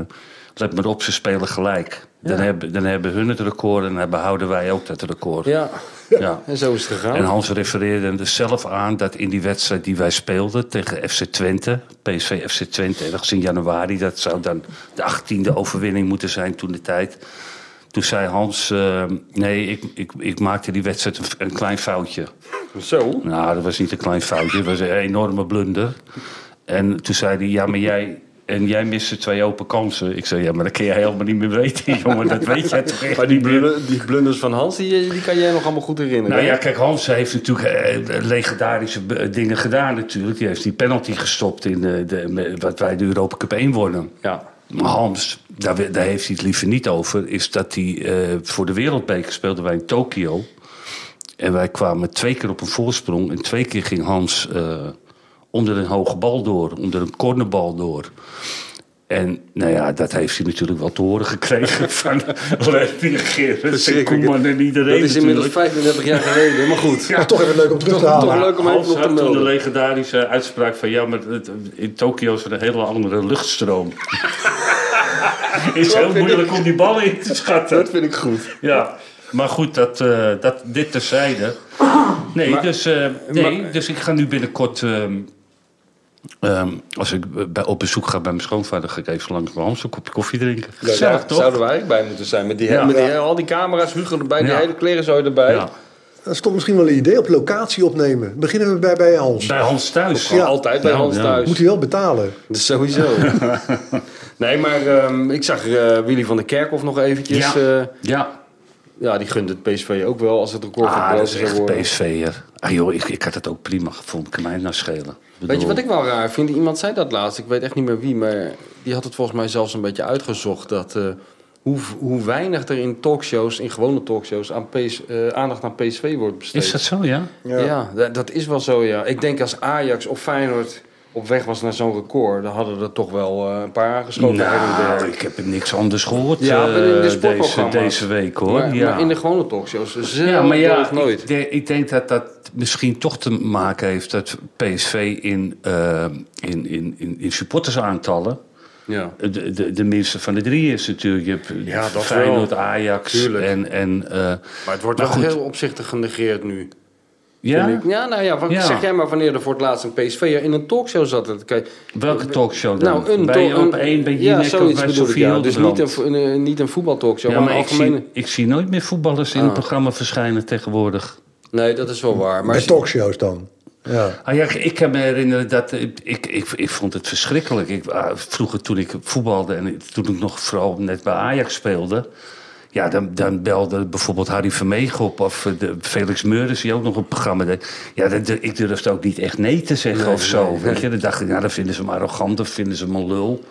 [SPEAKER 3] let maar op, ze spelen gelijk. Dan, hebben, dan hebben hun het record en dan behouden wij ook dat record.
[SPEAKER 2] Ja,
[SPEAKER 3] Ja.
[SPEAKER 2] en zo is het gegaan.
[SPEAKER 3] En Hans refereerde er zelf aan dat in die wedstrijd die wij speelden tegen FC Twente, PSV FC Twente, ergens in januari, dat zou dan de 18e overwinning moeten zijn toen de tijd. Toen zei Hans, eh, nee, ik, ik, ik maakte die wedstrijd een, een klein foutje.
[SPEAKER 2] Zo?
[SPEAKER 3] Nou, dat was niet een klein foutje, dat was een enorme blunder. En toen zei hij, ja, maar jij... En jij miste twee open kansen. Ik zei, ja, maar dat kun jij helemaal niet meer weten, (laughs) jongen. Dat weet jij toch echt
[SPEAKER 2] Maar die,
[SPEAKER 3] niet meer.
[SPEAKER 2] blunders, die blunders van Hans,
[SPEAKER 3] eh,
[SPEAKER 2] die, die kan jij nog allemaal goed herinneren.
[SPEAKER 3] Nou
[SPEAKER 2] hè?
[SPEAKER 3] ja, kijk, Hans heeft natuurlijk eh, legendarische eh, dingen gedaan natuurlijk. Die heeft die penalty gestopt in eh, de, me- wat wij de Europa Cup 1 wonnen.
[SPEAKER 2] ja.
[SPEAKER 3] Maar Hans, daar, we- daar heeft hij het liever niet over... is dat hij eh, voor de Wereldbeker speelden wij in Tokio. En wij kwamen twee keer op een voorsprong. En twee keer ging Hans eh, onder een hoge bal door. Onder een cornerbal door. En nou ja, dat heeft hij natuurlijk wel te horen gekregen (laughs)
[SPEAKER 2] (laughs)
[SPEAKER 3] van Lerpie, Gerrits en
[SPEAKER 2] Verschrikkelijk.
[SPEAKER 3] Koeman en iedereen
[SPEAKER 2] Dat is inmiddels
[SPEAKER 3] natuurlijk.
[SPEAKER 2] 35 jaar geleden, maar goed.
[SPEAKER 4] Maar toch even leuk om terug te
[SPEAKER 2] Toch
[SPEAKER 4] halen.
[SPEAKER 2] leuk om
[SPEAKER 3] Hans
[SPEAKER 2] even op te
[SPEAKER 3] had toen de
[SPEAKER 2] melden.
[SPEAKER 3] legendarische uitspraak van... ja, maar het- in Tokio is er een hele andere
[SPEAKER 2] (laughs)
[SPEAKER 3] luchtstroom. is heel
[SPEAKER 2] vind
[SPEAKER 3] moeilijk om die ballen in te schatten.
[SPEAKER 2] Dat vind ik goed.
[SPEAKER 3] Ja. Maar goed, dat, eh, dat, dit terzijde. Nee, dus, eh, nee dus ik ga nu binnenkort... ehm, ehm, als ik bij, op bezoek ga bij mijn schoonvader... ga ik even langs bij Hans een kopje koffie drinken. Gezellig,
[SPEAKER 2] Ja,
[SPEAKER 3] toch?
[SPEAKER 2] Zouden wij eigenlijk bij moeten zijn. Met, die,
[SPEAKER 3] Ja.
[SPEAKER 2] met die, al die camera's, Hugo erbij, die
[SPEAKER 3] Ja.
[SPEAKER 2] hele klerenzooi erbij.
[SPEAKER 3] Ja.
[SPEAKER 4] Dat is toch misschien wel een idee op locatie opnemen. Beginnen we bij, bij Hans.
[SPEAKER 3] Bij Hans thuis.
[SPEAKER 4] Ja.
[SPEAKER 2] Altijd bij
[SPEAKER 3] Ja,
[SPEAKER 2] Hans
[SPEAKER 3] ja.
[SPEAKER 2] thuis.
[SPEAKER 4] Moet hij wel betalen.
[SPEAKER 2] Sowieso. (laughs) nee, maar ehm, ik zag eh, Willy van der Kerkhoff nog eventjes. Ja.
[SPEAKER 3] ja.
[SPEAKER 2] ja, die gunt het PSV ook wel als het record van
[SPEAKER 3] Ah, dat is
[SPEAKER 2] Brozen zou
[SPEAKER 3] echt
[SPEAKER 2] worden.
[SPEAKER 3] PSV'er. Ah joh, ik, ik had het ook prima gevonden. Kan mij het nou schelen.
[SPEAKER 2] Weet je wat ik wel raar vind? Iemand zei dat laatst. Ik weet echt niet meer wie, maar die had het volgens mij zelfs een beetje uitgezocht. Dat, eh, hoe, hoe weinig er in talkshows, in gewone talkshows, aan PS, eh, aandacht aan PSV wordt besteed.
[SPEAKER 3] Is dat zo, ja?
[SPEAKER 2] Ja, da- dat is wel zo, ja. Ik denk als Ajax of Feyenoord op weg was naar zo'n record... dan hadden er toch wel eh, een paar aangeschoten. her en
[SPEAKER 3] Nou,
[SPEAKER 2] der.
[SPEAKER 3] ik heb niks anders gehoord
[SPEAKER 2] Ja, maar in de
[SPEAKER 3] eh, deze,
[SPEAKER 2] sportprogramma's.
[SPEAKER 3] deze week, hoor.
[SPEAKER 2] Maar,
[SPEAKER 3] ja.
[SPEAKER 2] maar in de gewone talkshows zelden
[SPEAKER 3] ja, maar ja,
[SPEAKER 2] of nooit.
[SPEAKER 3] Ik, de- ik denk dat dat misschien toch te maken heeft... dat PSV in, eh, in, in, in, in supportersaantallen...
[SPEAKER 2] ja.
[SPEAKER 3] De, de, de minste van de drie is natuurlijk. Je hebt
[SPEAKER 2] Ja, dat
[SPEAKER 3] Feyenoord,
[SPEAKER 2] wel.
[SPEAKER 3] Ajax
[SPEAKER 2] Tuurlijk.
[SPEAKER 3] en... en eh,
[SPEAKER 2] Maar het wordt
[SPEAKER 3] Maar
[SPEAKER 2] wel
[SPEAKER 3] goed.
[SPEAKER 2] heel opzichtig genegeerd nu.
[SPEAKER 3] ja?
[SPEAKER 2] vind ik. Ja, nou ja, wat
[SPEAKER 3] Ja.
[SPEAKER 2] zeg jij maar wanneer er voor het laatst een PSV'er in een talkshow zat. Dat kan je-
[SPEAKER 3] Welke talkshow dan?
[SPEAKER 2] Nou, een
[SPEAKER 3] bij
[SPEAKER 2] talk-
[SPEAKER 3] op één, bij
[SPEAKER 2] ja,
[SPEAKER 3] Jinek of
[SPEAKER 2] zoiets
[SPEAKER 3] bij
[SPEAKER 2] bedoel ik,
[SPEAKER 3] Sofie
[SPEAKER 2] ja. Dus niet een,
[SPEAKER 3] Hildebrand?
[SPEAKER 2] vo- een, eh, niet een voetbaltalkshow,
[SPEAKER 3] Ja,
[SPEAKER 2] maar
[SPEAKER 3] maar
[SPEAKER 2] een Ah.
[SPEAKER 3] ik
[SPEAKER 2] algemene...
[SPEAKER 3] zie, ik zie nooit meer voetballers in het programma verschijnen tegenwoordig.
[SPEAKER 2] Nee, dat is wel waar. Maar
[SPEAKER 4] Bij talkshows dan. Ja.
[SPEAKER 3] Ah, ja, ik- ik kan me herinneren dat eh, ik, ik, ik, vond het verschrikkelijk. Ik, ah, vroeger toen ik voetbalde en ik- toen ik nog vooral net bij Ajax speelde. Ja, dan, dan belde bijvoorbeeld Harry Vermeegen op of eh, de Felix Meurders, die ook nog een programma deed. Ja, dat, ik durfde ook niet echt nee te zeggen of zo. Weet je, dan dacht ik, nou, dan vinden ze me arrogant, dan vinden ze me een lul.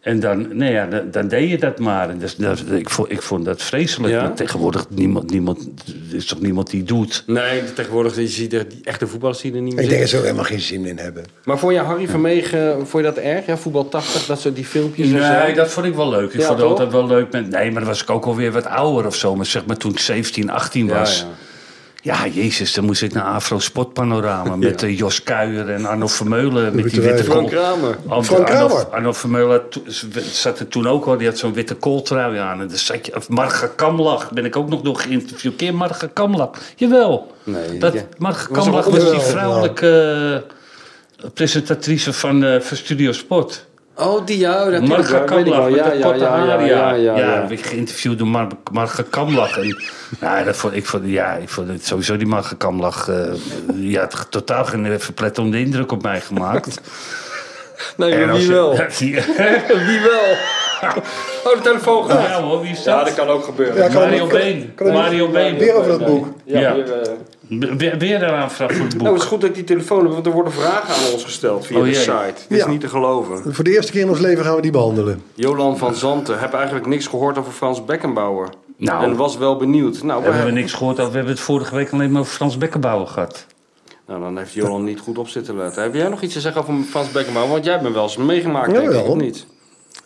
[SPEAKER 3] En dan, nee ja, dan, dan deed je dat maar. En dus, dat- ik, vond, ik vond dat vreselijk.
[SPEAKER 2] Ja?
[SPEAKER 3] Maar Tegenwoordig niemand, niemand, er is toch niemand die doet.
[SPEAKER 2] nee, tegenwoordig je ziet er, die echte voetballers die er niet meer
[SPEAKER 4] Ik
[SPEAKER 2] zitten.
[SPEAKER 4] denk dat ze er helemaal geen zin in hebben.
[SPEAKER 2] Maar vond je Harry Vermegen, vond je dat erg? Ja, voetbal 80, dat soort die filmpjes en zo.
[SPEAKER 3] Nee, dat vond ik wel leuk. Ik
[SPEAKER 2] Ja,
[SPEAKER 3] vond het
[SPEAKER 2] toch?
[SPEAKER 3] altijd wel leuk. Met, nee, maar dan was ik ook alweer wat ouder of zo. Maar zeg maar toen ik 17, 18 was.
[SPEAKER 2] ja.
[SPEAKER 3] Ja, jezus, dan moest ik naar Afro Sport Panorama. Met eh, Jos Kuijer en Arno Vermeulen. Met die
[SPEAKER 4] wij.
[SPEAKER 3] witte
[SPEAKER 2] Frank
[SPEAKER 3] kool.
[SPEAKER 2] Kramer.
[SPEAKER 3] Arno-
[SPEAKER 4] Frank Kramer.
[SPEAKER 3] Arno, Arno Vermeulen to- zat er toen ook al. Die had zo'n witte kooltrui aan. En dan zat je, of Marga Kamlach. Ben ik ook nog door geïnterviewd. Ken je Marga Kamlach? Jawel.
[SPEAKER 2] Nee,
[SPEAKER 3] dat,
[SPEAKER 2] ja.
[SPEAKER 3] Marga
[SPEAKER 2] Was
[SPEAKER 3] Kamlach
[SPEAKER 2] ook-
[SPEAKER 3] was die
[SPEAKER 4] Jawel, ja.
[SPEAKER 3] vrouwelijke... eh, presentatrice van, eh, van Studio Sport.
[SPEAKER 2] Oh, die ja, dat
[SPEAKER 3] Marga Kamlach met
[SPEAKER 2] ja,
[SPEAKER 3] de
[SPEAKER 2] ja,
[SPEAKER 3] korte
[SPEAKER 2] ja, ja,
[SPEAKER 3] haar.
[SPEAKER 2] ja,
[SPEAKER 3] Ja,
[SPEAKER 2] ja, ja.
[SPEAKER 3] werd ik geïnterviewd door Mar Marga Kamlach. En, nou, dat vond, ik vond, ja, ik vond het sowieso die Marga Kamlach... eh, die had totaal geen verplettende indruk op mij gemaakt.
[SPEAKER 6] Nee, maar wie
[SPEAKER 2] (laughs)
[SPEAKER 3] (laughs)
[SPEAKER 6] wel? Wie wel? Oh, de telefoon gaat.
[SPEAKER 3] Ja hoor, wie is
[SPEAKER 2] Ja,
[SPEAKER 3] dat?
[SPEAKER 2] dat kan ook gebeuren.
[SPEAKER 4] Ja, kan-
[SPEAKER 3] Mario
[SPEAKER 4] kan-
[SPEAKER 3] Been.
[SPEAKER 4] kan-
[SPEAKER 3] Mario Been.
[SPEAKER 4] Weer over dat boek.
[SPEAKER 2] Ja,
[SPEAKER 3] Ja.
[SPEAKER 2] Weer, eh,
[SPEAKER 3] We- Weer, weer een aanvraag voor het boek.
[SPEAKER 2] Nou, het is goed dat ik die telefoon heb, want er worden vragen aan ons gesteld via
[SPEAKER 3] Oh,
[SPEAKER 2] de
[SPEAKER 3] jee.
[SPEAKER 2] site. Het is
[SPEAKER 4] Ja.
[SPEAKER 2] niet te geloven.
[SPEAKER 4] Voor de eerste keer in ons leven gaan we die behandelen.
[SPEAKER 2] Jolan van Zanten, heb eigenlijk niks gehoord over Frans Beckenbauer.
[SPEAKER 3] Nou.
[SPEAKER 2] En was wel benieuwd. Nou,
[SPEAKER 3] we hebben
[SPEAKER 2] wij-
[SPEAKER 3] niks gehoord over. We hebben het vorige week alleen maar over Frans Bekkenbouwer gehad.
[SPEAKER 2] nou, dan heeft Jolan niet goed op zitten letten. Heb jij nog iets te zeggen over Frans Beckenbauer? Want jij hebt hem wel eens meegemaakt, denk ik,
[SPEAKER 4] Jawel.
[SPEAKER 2] of niet?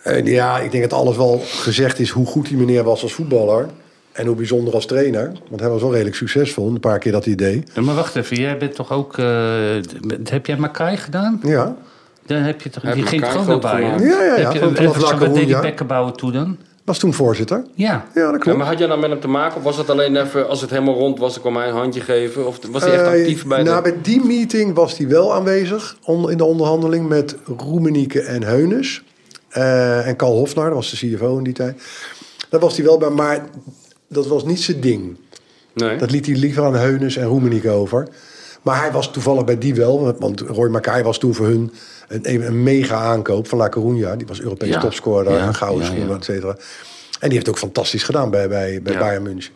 [SPEAKER 4] En ja, ik denk dat alles wel gezegd is hoe goed die meneer was als voetballer. En hoe bijzonder als trainer. Want hij was wel redelijk succesvol, een paar keer dat hij deed.
[SPEAKER 3] Ja, maar wacht even, jij bent toch ook. eh, d- heb jij Makai gedaan?
[SPEAKER 4] Ja,
[SPEAKER 3] Dan heb je toch,
[SPEAKER 2] Heb
[SPEAKER 3] die ging
[SPEAKER 2] Makai
[SPEAKER 3] gewoon naar
[SPEAKER 2] groot
[SPEAKER 3] Bayern.
[SPEAKER 2] gemaakt.
[SPEAKER 4] Ja, ja, ja,
[SPEAKER 3] Heb je-
[SPEAKER 4] van-
[SPEAKER 3] en
[SPEAKER 4] vanaf
[SPEAKER 3] wat- Wat
[SPEAKER 4] Lacroix,
[SPEAKER 3] deed die
[SPEAKER 4] ja.
[SPEAKER 3] Bekkenbouwer toen dan?
[SPEAKER 4] was toen voorzitter.
[SPEAKER 3] Ja.
[SPEAKER 4] Ja, dat
[SPEAKER 2] Ja,
[SPEAKER 4] klopt.
[SPEAKER 2] maar had jij nou met hem te maken? Of was het alleen even, als het helemaal rond was, dan kwam hij een handje geven? Of was hij echt
[SPEAKER 4] Eh,
[SPEAKER 2] actief bij
[SPEAKER 4] nou,
[SPEAKER 2] de...
[SPEAKER 4] bij die meeting was hij wel aanwezig on- in de onderhandeling met Roemenieke en Heunes. Eh, en Karl Hofnar, dat was de CFO in die tijd. Daar was hij wel bij, maar dat was niet zijn ding.
[SPEAKER 2] Nee.
[SPEAKER 4] Dat liet hij liever aan Heunes en Roemenieke over. Maar hij was toevallig bij die wel, want- want Roy Makai was toen voor hun een, een- een mega aankoop van La Coruña. Die was Europees
[SPEAKER 3] Ja.
[SPEAKER 4] topscorer,
[SPEAKER 3] Ja,
[SPEAKER 4] een gouden
[SPEAKER 3] ja,
[SPEAKER 4] schoen,
[SPEAKER 3] ja.
[SPEAKER 4] et cetera. En die heeft ook fantastisch gedaan bij, bij, bij
[SPEAKER 3] Ja.
[SPEAKER 4] Bayern München.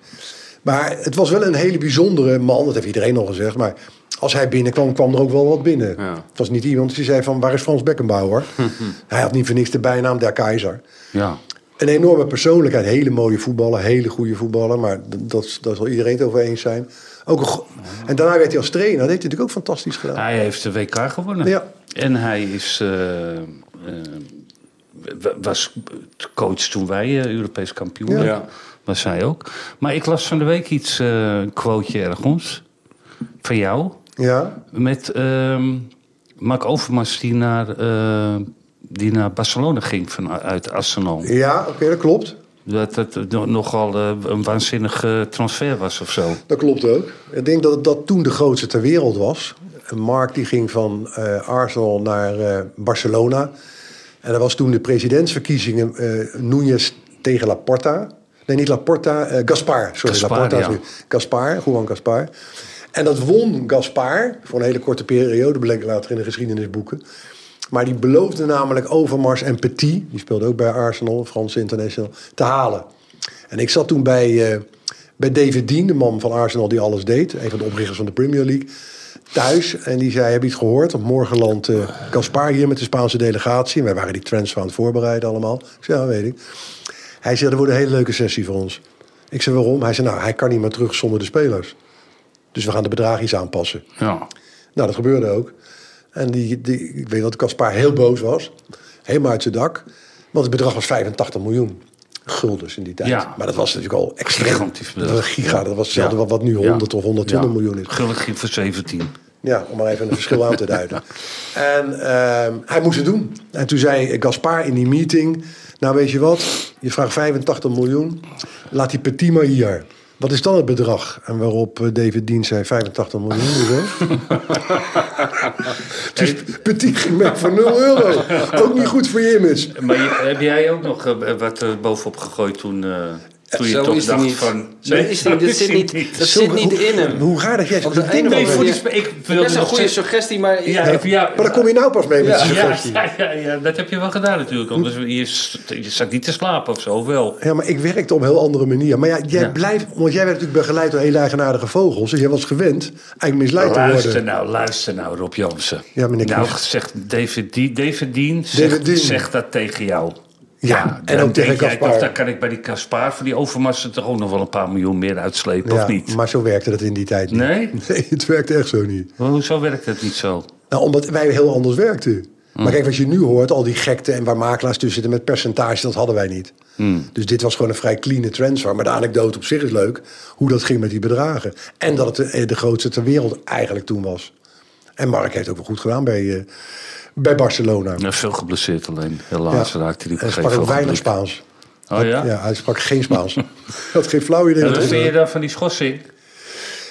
[SPEAKER 4] Maar het was wel een hele bijzondere man, dat heeft iedereen al gezegd. Maar als hij binnenkwam, kwam er ook wel wat binnen.
[SPEAKER 2] Ja.
[SPEAKER 4] Het was niet iemand die zei van, waar is
[SPEAKER 3] (laughs)
[SPEAKER 4] Frans Beckenbauer? hij had niet voor niks de bijnaam der keizer.
[SPEAKER 3] ja.
[SPEAKER 4] Een enorme persoonlijkheid, hele mooie voetballer, hele goede voetballer, maar d- dat, is- daar zal iedereen het over eens zijn. Ook een go- en daarna werd hij als trainer, dat heeft hij natuurlijk ook fantastisch gedaan.
[SPEAKER 3] Hij heeft de WK gewonnen.
[SPEAKER 4] Ja.
[SPEAKER 3] En hij is, eh, eh, wa- was coach toen wij eh, Europees kampioen
[SPEAKER 4] Ja.
[SPEAKER 3] werden. Was hij ook. Maar ik las van de week iets, eh, een quoteje ergens. Van jou.
[SPEAKER 4] Ja,
[SPEAKER 3] Met ehm Mark Overmars die naar, eh, die naar Barcelona ging vanuit Arsenal.
[SPEAKER 4] ja oké, dat klopt.
[SPEAKER 3] Dat dat no- nogal eh, een waanzinnige transfer was of zo.
[SPEAKER 4] Dat klopt ook. Ik denk dat dat toen de grootste ter wereld was. En Mark die ging van eh, Arsenal naar eh, Barcelona. En dat was toen de presidentsverkiezingen eh Núñez tegen Laporta. Nee, niet Laporta, eh, Gaspar. Sorry,
[SPEAKER 3] Gaspar,
[SPEAKER 4] Laporta is
[SPEAKER 3] ja.
[SPEAKER 4] nu. Gaspar, Juan Gaspar. En dat won Gaspar voor een hele korte periode, bleek later in de geschiedenisboeken. Maar die beloofde namelijk Overmars en Petit, die speelde ook bij Arsenal, Franse International, te halen. En ik zat toen bij, eh, bij David Dean, de man van Arsenal die alles deed, een van de oprichters van de Premier League, thuis. En die zei: Heb je het gehoord? Want morgen landt eh, Gaspar hier met de Spaanse delegatie. En wij waren die transfer aan het voorbereiden allemaal. Ik zei: Ja, weet ik. Hij zei, dat wordt een hele leuke sessie voor ons. Ik zei, waarom? Hij zei, nou, hij kan niet meer terug zonder de spelers. Dus we gaan de bedragjes aanpassen.
[SPEAKER 3] Ja.
[SPEAKER 4] Nou, dat gebeurde ook. En die, die, ik weet dat Caspar heel boos was. Helemaal uit zijn dak. Want het bedrag was 85 miljoen guldens in die tijd.
[SPEAKER 3] Ja.
[SPEAKER 4] Maar dat was natuurlijk al extreem.
[SPEAKER 3] Gigantisch bedrag.
[SPEAKER 4] Dat was giga. Dat was hetzelfde
[SPEAKER 3] Ja.
[SPEAKER 4] wat, wat nu 100
[SPEAKER 3] Ja.
[SPEAKER 4] of 120
[SPEAKER 3] Ja.
[SPEAKER 4] miljoen is.
[SPEAKER 3] Gullit ging voor 17.
[SPEAKER 4] Ja, om maar even een verschil aan te duiden. En ehm, hij moest het doen. En toen zei Gaspar in die meeting... Nou, weet je wat? Je vraagt 85 miljoen. Laat die petit maar hier. Wat is dan het bedrag? En waarop eh, David Dien zei 85 miljoen. euro.
[SPEAKER 3] (laughs)
[SPEAKER 4] dus petit ging mee voor 0 euro. Ook niet goed voor je image.
[SPEAKER 3] Maar je- heb jij ook nog eh, wat er bovenop gegooid toen, eh, toen je
[SPEAKER 2] Zo
[SPEAKER 3] toch
[SPEAKER 2] is hij
[SPEAKER 3] dacht
[SPEAKER 2] niet.
[SPEAKER 3] van...
[SPEAKER 2] Zo is
[SPEAKER 3] (laughs)
[SPEAKER 2] hij niet. Dat zit niet, dat zit
[SPEAKER 4] Zulke-
[SPEAKER 2] niet
[SPEAKER 4] hoe-
[SPEAKER 2] in hem.
[SPEAKER 4] Hoe raar dat jij
[SPEAKER 2] Op de
[SPEAKER 4] zo'n
[SPEAKER 2] een
[SPEAKER 4] ding
[SPEAKER 2] of
[SPEAKER 3] Nee,
[SPEAKER 2] andere
[SPEAKER 3] voor die
[SPEAKER 2] manier-
[SPEAKER 3] spe- ik wilde
[SPEAKER 2] Dat is een
[SPEAKER 3] nog
[SPEAKER 2] goede
[SPEAKER 3] zeggen-
[SPEAKER 2] suggestie, maar...
[SPEAKER 3] Ja, even- ja,
[SPEAKER 4] Maar daar kom je nou pas mee met die
[SPEAKER 3] ja,
[SPEAKER 4] suggestie.
[SPEAKER 3] ja, ja, ja, dat heb je wel gedaan natuurlijk.
[SPEAKER 2] Hm.
[SPEAKER 3] Anders, je, s- je zat niet te slapen of zo, of wel.
[SPEAKER 4] Ja, maar ik werkte op een heel andere manier. Maar ja, jij
[SPEAKER 3] Ja.
[SPEAKER 4] blijft, want jij werd natuurlijk begeleid door hele eigenaardige vogels. Dus jij was gewend eigenlijk misleid te
[SPEAKER 3] Luister
[SPEAKER 4] worden.
[SPEAKER 3] nou, luister nou, Rob Jansen.
[SPEAKER 4] Ja, meneer
[SPEAKER 3] Nou,
[SPEAKER 4] Knecht.
[SPEAKER 3] zegt David, Dien- David Dien
[SPEAKER 4] David
[SPEAKER 3] zegt,
[SPEAKER 4] Dien.
[SPEAKER 3] zegt dat tegen jou.
[SPEAKER 4] Ja, en
[SPEAKER 3] dan denk
[SPEAKER 4] ook tegen
[SPEAKER 3] jij
[SPEAKER 4] Kaspar.
[SPEAKER 3] toch, Dan kan ik bij die Kaspar voor die overmassen toch ook nog wel een paar miljoen meer uitslepen,
[SPEAKER 4] Ja,
[SPEAKER 3] of niet?
[SPEAKER 4] Maar zo werkte dat in die tijd niet.
[SPEAKER 3] Nee?
[SPEAKER 4] (laughs) Nee, het werkte echt zo niet.
[SPEAKER 3] Maar hoezo werkt dat niet zo?
[SPEAKER 4] Nou, omdat wij heel anders werkten. Maar kijk, wat je nu hoort, al die gekte en waar makelaars tussen zitten met percentage, dat hadden wij niet.
[SPEAKER 3] Hmm.
[SPEAKER 4] Dus dit was gewoon een vrij clean transfer. Maar de anekdote op zich is leuk, hoe dat ging met die bedragen. En dat het eh, de, de grootste ter wereld eigenlijk toen was. En Mark heeft ook wel goed gedaan bij, eh, bij Barcelona.
[SPEAKER 3] Nou, veel geblesseerd alleen. Helaas raakte hij op
[SPEAKER 4] Hij
[SPEAKER 3] een
[SPEAKER 4] sprak
[SPEAKER 3] gegeven
[SPEAKER 4] ook weinig
[SPEAKER 3] moment.
[SPEAKER 4] Spaans.
[SPEAKER 3] Oh ja?
[SPEAKER 4] Ja, hij sprak geen
[SPEAKER 3] (laughs)
[SPEAKER 4] Spaans. Hij had geen flauw idee.
[SPEAKER 3] En
[SPEAKER 4] wat
[SPEAKER 3] wat
[SPEAKER 4] hij
[SPEAKER 3] vind je
[SPEAKER 4] deed.
[SPEAKER 3] dan van die schorsing?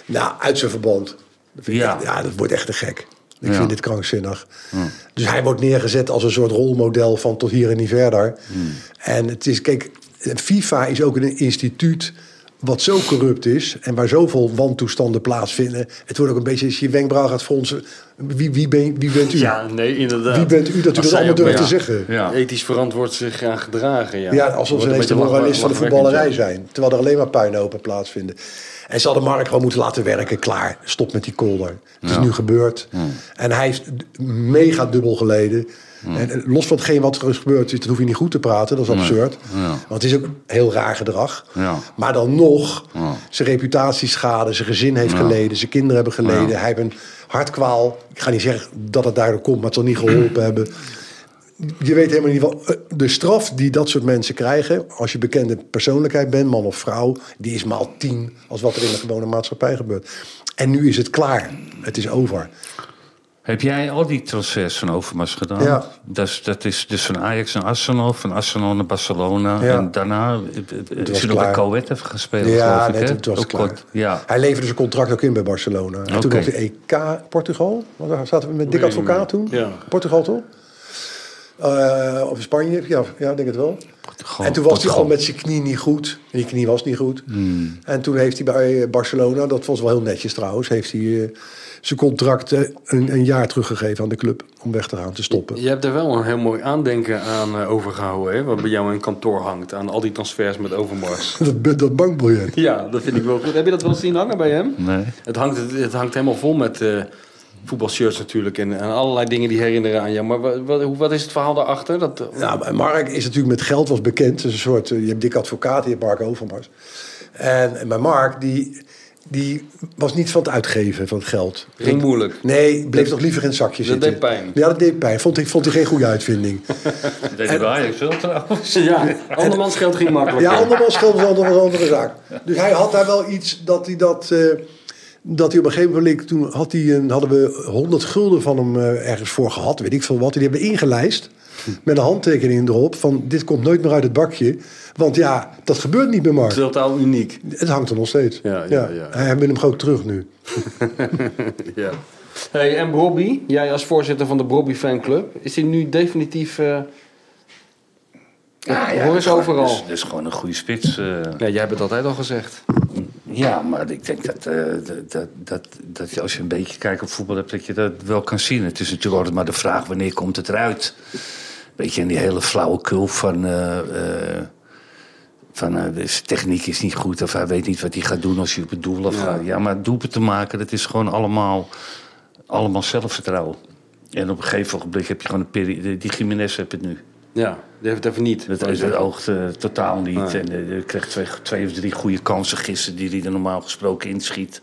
[SPEAKER 4] Nou, uit zijn verband. Dat vind ik
[SPEAKER 3] Ja.
[SPEAKER 4] echt- ja, dat wordt echt te gek. Ik
[SPEAKER 3] Ja.
[SPEAKER 4] vind dit krankzinnig. Dus hij wordt neergezet als een soort rolmodel van tot hier en niet verder.
[SPEAKER 3] Hmm.
[SPEAKER 4] En het is, kijk, FIFA is ook een instituut wat zo corrupt is en waar zoveel wantoestanden plaatsvinden. Het wordt ook een beetje, als je je wenkbrauw gaat fronsen, Wie, wie, ben, wie bent u?
[SPEAKER 2] Ja, nee, inderdaad.
[SPEAKER 4] Wie bent u dat u
[SPEAKER 2] Als
[SPEAKER 4] dat
[SPEAKER 2] zij
[SPEAKER 4] allemaal
[SPEAKER 2] ook
[SPEAKER 4] durft te
[SPEAKER 2] maar-
[SPEAKER 4] zeggen?
[SPEAKER 3] Ja.
[SPEAKER 2] Ethisch verantwoord zich gaan gedragen. Ja,
[SPEAKER 4] Ja, alsof
[SPEAKER 2] Wordt
[SPEAKER 4] ze
[SPEAKER 2] een
[SPEAKER 4] ineens de
[SPEAKER 2] beetje lach-
[SPEAKER 4] moralist van de
[SPEAKER 2] lachwekkend,
[SPEAKER 4] voetballerij
[SPEAKER 2] ja.
[SPEAKER 4] zijn. Terwijl er alleen maar puinhopen plaatsvinden. En ze hadden Mark gewoon moeten laten werken. Klaar, stop met die kolder. Het is nu gebeurd. En hij heeft d- mega dubbel geleden. En eh, los van hetgeen wat er is gebeurd, is, dat hoef je niet goed te praten. Dat is absurd. Want het is ook heel raar gedrag.
[SPEAKER 3] Ja.
[SPEAKER 4] Maar dan nog, zijn reputatie schade, zijn gezin heeft geleden, zijn kinderen hebben geleden. Hij heeft een hartkwaal. Ik ga niet zeggen dat het daardoor komt, maar het zal niet
[SPEAKER 2] (clears throat)
[SPEAKER 4] geholpen hebben. Je weet helemaal niet wat. eh, De straf die dat soort mensen krijgen, als je bekende persoonlijkheid bent, man of vrouw, die is maal tien als wat er in de gewone maatschappij gebeurt. En nu is het klaar. Het is over.
[SPEAKER 3] Heb jij al die transfers van Overmars gedaan?
[SPEAKER 4] Ja.
[SPEAKER 3] Dat, is, dat is dus van Ajax naar Arsenal, van Arsenal naar Barcelona.
[SPEAKER 4] Ja.
[SPEAKER 3] En daarna eh, eh,
[SPEAKER 4] was
[SPEAKER 3] is hij nog bij
[SPEAKER 4] klaar.
[SPEAKER 3] Coët even gespeeld,
[SPEAKER 4] ja,
[SPEAKER 3] geloof ik.
[SPEAKER 4] nee,
[SPEAKER 3] hè?
[SPEAKER 4] toen, toen was
[SPEAKER 3] Ook
[SPEAKER 4] het klaar.
[SPEAKER 3] kort, ja.
[SPEAKER 4] Hij leverde zijn contract ook in bij Barcelona. En toen
[SPEAKER 3] Oké.
[SPEAKER 4] nog de EK Portugal. Want daar zaten we met Dick Advocaat toen.
[SPEAKER 2] Ja.
[SPEAKER 4] Portugal toch? Eh, of Spanje, ja, ja, ik denk het wel.
[SPEAKER 3] Portugal,
[SPEAKER 4] en toen was hij
[SPEAKER 3] Portugal.
[SPEAKER 4] al met zijn knie niet goed. En die knie was niet goed.
[SPEAKER 2] Hmm.
[SPEAKER 4] En toen heeft hij bij eh, Barcelona, dat was wel heel netjes trouwens, heeft hij eh, zijn contract eh, een, een jaar teruggegeven aan de club om weg te gaan, te stoppen.
[SPEAKER 2] Je hebt er wel een heel mooi aandenken aan eh, overgehouden, hè, wat bij jou in kantoor hangt, aan al die transfers met Overmars.
[SPEAKER 4] Dat, dat
[SPEAKER 2] (laughs)
[SPEAKER 4] bankbiljet.
[SPEAKER 2] Ja, dat vind ik wel goed. Heb je dat wel zien hangen bij hem?
[SPEAKER 3] Nee.
[SPEAKER 2] Het hangt, het hangt helemaal vol met eh, voetbalshirts natuurlijk en, en allerlei dingen die herinneren aan jou. Maar wat, wat, hoe- wat is het verhaal daarachter? Dat, eh,
[SPEAKER 4] Nou, maar Mark is natuurlijk met geld was bekend. Dus een soort, eh, je hebt dik advocaat, je hebt Mark Overmars. En, en maar Mark, die, die was niet van het uitgeven van het geld.
[SPEAKER 2] ging moeilijk.
[SPEAKER 4] Nee, bleef toch liever in het zakje
[SPEAKER 2] Dat
[SPEAKER 4] zitten.
[SPEAKER 2] deed pijn.
[SPEAKER 4] Ja, dat deed pijn. Vond hij, vond hij geen goede uitvinding.
[SPEAKER 3] Dat deed hij bij Ajax
[SPEAKER 4] (laughs)
[SPEAKER 3] wel trouwens.
[SPEAKER 2] Ja, (laughs) andermans geld ging makkelijk.
[SPEAKER 4] Ja, andermans geld was altijd een andere zaak. Dus hij had daar wel iets dat hij dat... eh, dat hij op een gegeven moment, toen had hij, een- hadden we 100 gulden van hem eh, ergens voor gehad, weet ik veel wat. Die hebben we ingelijst met een handtekening erop van dit komt nooit meer uit het bakje. Want ja, dat gebeurt niet meer, Mark.
[SPEAKER 2] Totaal uniek.
[SPEAKER 4] Het hangt er nog steeds.
[SPEAKER 2] Ja, ja, ja.
[SPEAKER 4] Hij wil hem gewoon terug nu.
[SPEAKER 2] Ja. Hey, en Bobby, jij als voorzitter van de Bobby Fanclub, is hij nu definitief. eh, hoor eens overal.
[SPEAKER 3] Dat is, dat is gewoon een goede spits. eh.
[SPEAKER 2] Nee, jij hebt het altijd al gezegd.
[SPEAKER 3] Ja, maar ik denk dat, eh, dat, dat, dat, dat je als je een beetje kijkt op voetbal hebt, dat je dat wel kan zien. Het is natuurlijk altijd maar de vraag wanneer komt het eruit. Weet je, en die hele flauwekul van. eh, eh, van eh, dus techniek is niet goed of hij weet niet wat hij gaat doen als hij op het doel afgaat. Ja, maar doelpunt te maken, dat is gewoon allemaal, allemaal zelfvertrouwen. En op een gegeven ogenblik heb je gewoon een periode. Die Jiménez heb het nu.
[SPEAKER 2] Ja, die heeft het even niet.
[SPEAKER 3] Dat,
[SPEAKER 2] Wou je
[SPEAKER 3] dat
[SPEAKER 2] zeggen.
[SPEAKER 3] oogt eh, totaal niet. En eh, hij kreeg twee, twee of drie goede kansen gisteren die hij er normaal gesproken inschiet.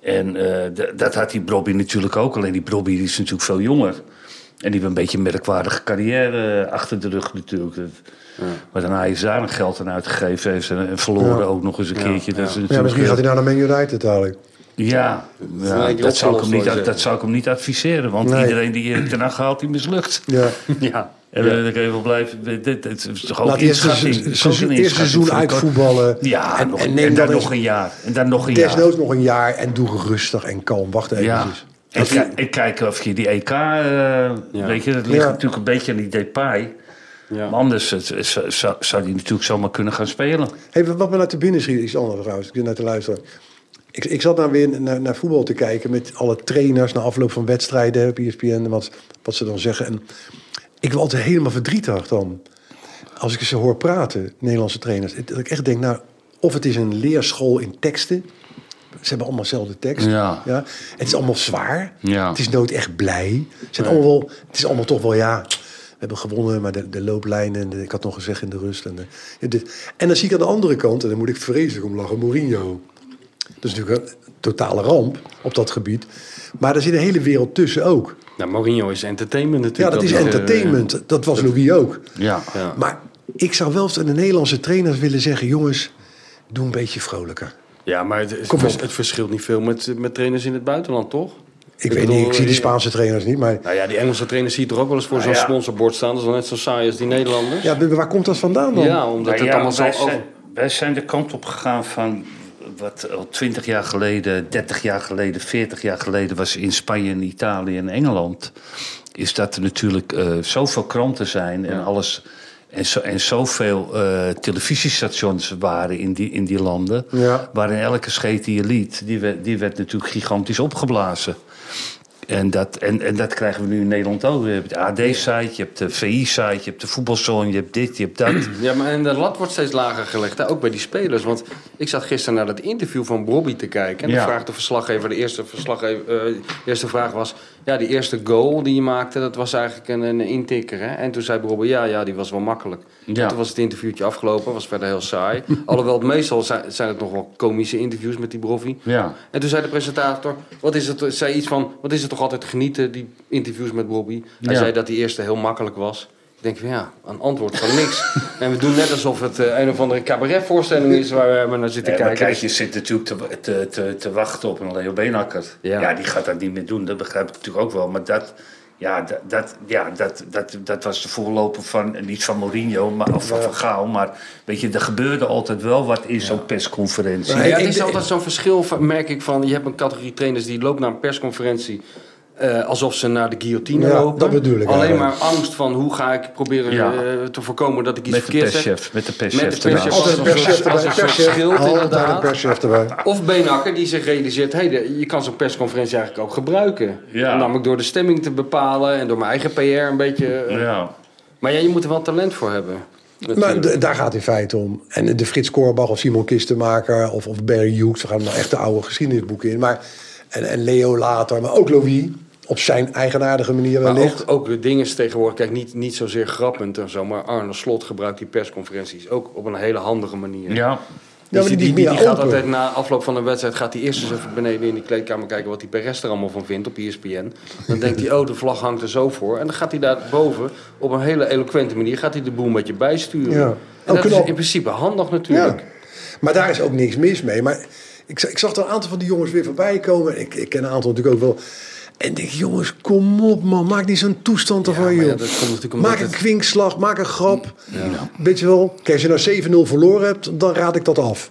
[SPEAKER 3] En eh, d- dat had die Brobby natuurlijk ook. Alleen die Brobby die is natuurlijk veel jonger. En die heeft een beetje een merkwaardige carrière eh, achter de rug natuurlijk. Dat, Maar daarna is daar een geld aan uitgegeven heeft en, en verloren
[SPEAKER 4] Ja.
[SPEAKER 3] ook nog eens een keertje. Dat is
[SPEAKER 4] Ja,
[SPEAKER 3] natuurlijk,
[SPEAKER 4] misschien gaat hij naar de Man United dadelijk.
[SPEAKER 3] ja,
[SPEAKER 2] is een
[SPEAKER 3] ja,
[SPEAKER 2] beetje
[SPEAKER 3] dat, zou ik hem
[SPEAKER 2] opgelost,
[SPEAKER 3] niet,
[SPEAKER 2] zou je
[SPEAKER 3] dat zou ik hem niet adviseren. Want
[SPEAKER 4] Nee.
[SPEAKER 3] iedereen die je ten acht haalt, die mislukt.
[SPEAKER 4] Ja.
[SPEAKER 3] Ja. En dan denk ik even blijven. Dit, dit, dit is toch ook
[SPEAKER 4] Laat eerst
[SPEAKER 3] inschatting.
[SPEAKER 4] het
[SPEAKER 3] Het is ook
[SPEAKER 4] seizoen-
[SPEAKER 3] een
[SPEAKER 4] eerst
[SPEAKER 3] inschatting
[SPEAKER 4] seizoen
[SPEAKER 3] voor de kort-
[SPEAKER 4] uitvoetballen.
[SPEAKER 3] Ja,
[SPEAKER 4] En-
[SPEAKER 3] en, nog,
[SPEAKER 4] en
[SPEAKER 3] en, dan
[SPEAKER 4] neem dan
[SPEAKER 3] nog
[SPEAKER 4] eens-
[SPEAKER 3] een jaar. En dan nog een jaar.
[SPEAKER 4] Desnoods nog een jaar en doe rustig en kalm. Wacht even.
[SPEAKER 3] Ja. En, ki- en kijken of je die EK, eh, weet je, dat ligt
[SPEAKER 4] Ja.
[SPEAKER 3] natuurlijk een beetje aan die Depay.
[SPEAKER 2] Ja.
[SPEAKER 3] Maar anders eh, het, het- zou- zou, zou die natuurlijk zomaar kunnen gaan spelen.
[SPEAKER 4] Hey, wat me naar te binnen schiet, is anders trouwens. Ik zit naar te luisteren. Ik, ik zat nou weer naar, naar voetbal te kijken met alle trainers na afloop van wedstrijden op E ESPN en wat, wat ze dan zeggen. En ik word altijd helemaal verdrietig dan. Als ik ze hoor praten, Nederlandse trainers. Dat ik echt denk, nou, of het is een leerschool in teksten. Ze hebben allemaal dezelfde tekst.
[SPEAKER 3] Ja.
[SPEAKER 4] Het is allemaal zwaar.
[SPEAKER 3] Ja.
[SPEAKER 4] Het is nooit echt blij. Het, zijn allemaal wel, het is allemaal toch wel, ja, we hebben gewonnen, maar de, de looplijnen, en de- ik had nog gezegd in de rust. En, de- ja, dit. en dan zie ik aan de andere kant, en dan moet ik vreselijk om lachen, Mourinho. Dat is natuurlijk een totale ramp op dat gebied. Maar er zit een hele wereld tussen ook.
[SPEAKER 2] Nou, Mourinho is entertainment
[SPEAKER 4] Ja,
[SPEAKER 2] natuurlijk.
[SPEAKER 4] dat is
[SPEAKER 2] eh,
[SPEAKER 4] entertainment. Dat was Louis ook.
[SPEAKER 3] Ja.
[SPEAKER 2] ja.
[SPEAKER 4] Maar ik zou wel eens aan de Nederlandse trainers willen zeggen... jongens, doe een beetje vrolijker.
[SPEAKER 2] Ja, maar het, het,
[SPEAKER 4] Kom
[SPEAKER 2] vers-
[SPEAKER 4] op.
[SPEAKER 2] het verschilt niet veel met, met trainers in het buitenland, toch?
[SPEAKER 4] Ik, weet niet, ik zie die
[SPEAKER 2] eh,
[SPEAKER 4] Spaanse trainers niet, maar...
[SPEAKER 2] Nou ja, die Engelse trainers zie je toch ook wel eens voor zo'n
[SPEAKER 3] Nou ja.
[SPEAKER 2] sponsorbord staan. Dat is dan net zo saai als die Nederlanders. Ja,
[SPEAKER 4] Ja, maar waar komt dat vandaan dan?
[SPEAKER 2] omdat
[SPEAKER 3] Nou
[SPEAKER 2] het
[SPEAKER 3] ja,
[SPEAKER 2] allemaal zo...
[SPEAKER 3] wij,
[SPEAKER 2] over-
[SPEAKER 3] zijn, wij zijn de kant op gegaan van wat al 20 jaar geleden, 30 jaar geleden, 40 jaar geleden was in Spanje en Italië en Engeland. Is dat er natuurlijk eh, zoveel kranten zijn en alles. En, zo, en zoveel eh, televisiestations waren in die, in die landen.
[SPEAKER 4] Ja.
[SPEAKER 3] Waarin elke scheet die je liet, die werd, die werd natuurlijk gigantisch opgeblazen. En dat, en, en dat krijgen we nu in Nederland ook. Je hebt de AD-site, je hebt de VI-site, je hebt de voetbalzone, je hebt dit, je hebt dat.
[SPEAKER 2] (clears throat) Ja, maar en de lat wordt steeds lager gelegd, hè? ook bij die spelers. Want ik zat gisteren naar dat interview van Bobby te kijken. En dan
[SPEAKER 3] Ja.
[SPEAKER 2] vraagt de verslaggever, de eerste, verslaggever, eh, de eerste vraag was... Ja, die eerste goal die je maakte, dat was eigenlijk een, een intikker. Hè? En toen zei Bobby, ja, ja, die was wel makkelijk.
[SPEAKER 3] Ja.
[SPEAKER 2] Toen was het interviewtje afgelopen, was verder heel saai. Alhoewel, meestal zijn, zijn het nog wel komische interviews met die Bobby.
[SPEAKER 3] Ja.
[SPEAKER 2] En toen zei de presentator, wat is het, zei iets van, wat is het toch altijd genieten, die interviews met Bobby. Hij
[SPEAKER 3] Ja.
[SPEAKER 2] zei dat die eerste heel makkelijk was. Ik denk van ja, een antwoord van
[SPEAKER 3] (laughs)
[SPEAKER 2] niks. en we doen net alsof het eh, een of andere cabaretvoorstelling is waar we naar zitten
[SPEAKER 3] Ja, maar
[SPEAKER 2] kijken.
[SPEAKER 3] kijk, je zit natuurlijk te, te, te, te wachten op een Leo Beenhakker.
[SPEAKER 2] Ja.
[SPEAKER 3] Ja. die gaat dat niet meer doen, dat begrijp ik natuurlijk ook wel. Maar dat, ja, dat, dat, ja, dat, dat, dat was de voorloper van, niet van Mourinho, maar, of van Van Gaal. Maar weet je, er gebeurde altijd wel wat in zo'n persconferentie.
[SPEAKER 2] Ja,
[SPEAKER 4] Nee,
[SPEAKER 2] het
[SPEAKER 4] ik-
[SPEAKER 2] is
[SPEAKER 4] ik-
[SPEAKER 2] altijd zo'n verschil, van- merk ik, van je hebt een categorie trainers die loopt naar een persconferentie eh, alsof ze naar de guillotine
[SPEAKER 4] Ja,
[SPEAKER 2] lopen.
[SPEAKER 4] dat bedoel ik,
[SPEAKER 2] Alleen
[SPEAKER 4] ja.
[SPEAKER 2] maar angst van hoe ga ik proberen
[SPEAKER 3] Ja.
[SPEAKER 2] eh, te voorkomen dat ik iets
[SPEAKER 3] Met de
[SPEAKER 2] verkeerd zeg.
[SPEAKER 3] perschef, met de
[SPEAKER 2] Met de
[SPEAKER 3] perschef
[SPEAKER 2] perschef.
[SPEAKER 3] ernaast.
[SPEAKER 4] Altijd een
[SPEAKER 2] Als een
[SPEAKER 4] perschef
[SPEAKER 2] soort-
[SPEAKER 4] erbij.
[SPEAKER 2] als een soort
[SPEAKER 4] perschef.
[SPEAKER 2] schild
[SPEAKER 4] Altijd een
[SPEAKER 2] inderdaad.
[SPEAKER 4] perschef erbij.
[SPEAKER 2] Of Beenhakker die zich realiseert, hey, de- je kan zo'n persconferentie eigenlijk ook gebruiken.
[SPEAKER 3] Ja.
[SPEAKER 2] Namelijk door de stemming te bepalen en door mijn eigen PR een beetje. eh,
[SPEAKER 3] Ja.
[SPEAKER 2] Maar ja, je moet er wel talent voor hebben.
[SPEAKER 4] Maar
[SPEAKER 2] natuurlijk.
[SPEAKER 4] d- daar gaat het in feite om. En de Frits Korbach of Simon Kistenmaker of, of Barry Hughes... we gaan nou echt de oude geschiedenisboeken in. Maar, en, en Leo later, maar ook Louis... op zijn eigenaardige manier
[SPEAKER 2] Maar
[SPEAKER 4] wellicht.
[SPEAKER 2] ook, ook de dingen tegenwoordig, kijk, niet, niet zozeer grappend en zo, maar Arne Slot gebruikt die persconferenties ook op een hele handige manier.
[SPEAKER 3] ja.
[SPEAKER 4] Ja, maar die,
[SPEAKER 2] Die
[SPEAKER 4] die, meer
[SPEAKER 2] gaat
[SPEAKER 4] open.
[SPEAKER 2] altijd na afloop van een wedstrijd, gaat hij eerst eens even beneden in die kleedkamer kijken wat die Perez er allemaal van vindt op E ESPN. Dan denkt hij, oh, de vlag hangt er zo voor. En dan gaat hij daarboven op een hele eloquente manier, gaat hij de boel met je bijsturen.
[SPEAKER 4] Ja.
[SPEAKER 2] En
[SPEAKER 4] Ook
[SPEAKER 2] dat is
[SPEAKER 4] knap.
[SPEAKER 2] in principe handig natuurlijk.
[SPEAKER 4] Ja. Maar daar is ook niks mis mee. Maar ik, za- ik zag er een aantal van die jongens weer voorbij komen. Ik, ik ken een aantal natuurlijk ook wel. En ik denk, jongens, kom op man. Maak niet zo'n toestand ervan,
[SPEAKER 2] maar ja,
[SPEAKER 4] joh.
[SPEAKER 2] dat komt natuurlijk omdat
[SPEAKER 4] maak een
[SPEAKER 2] het-
[SPEAKER 4] kwinkslag, maak een grap. Weet je wel, kijk, als je nou 7-0 verloren hebt, dan raad ik dat af.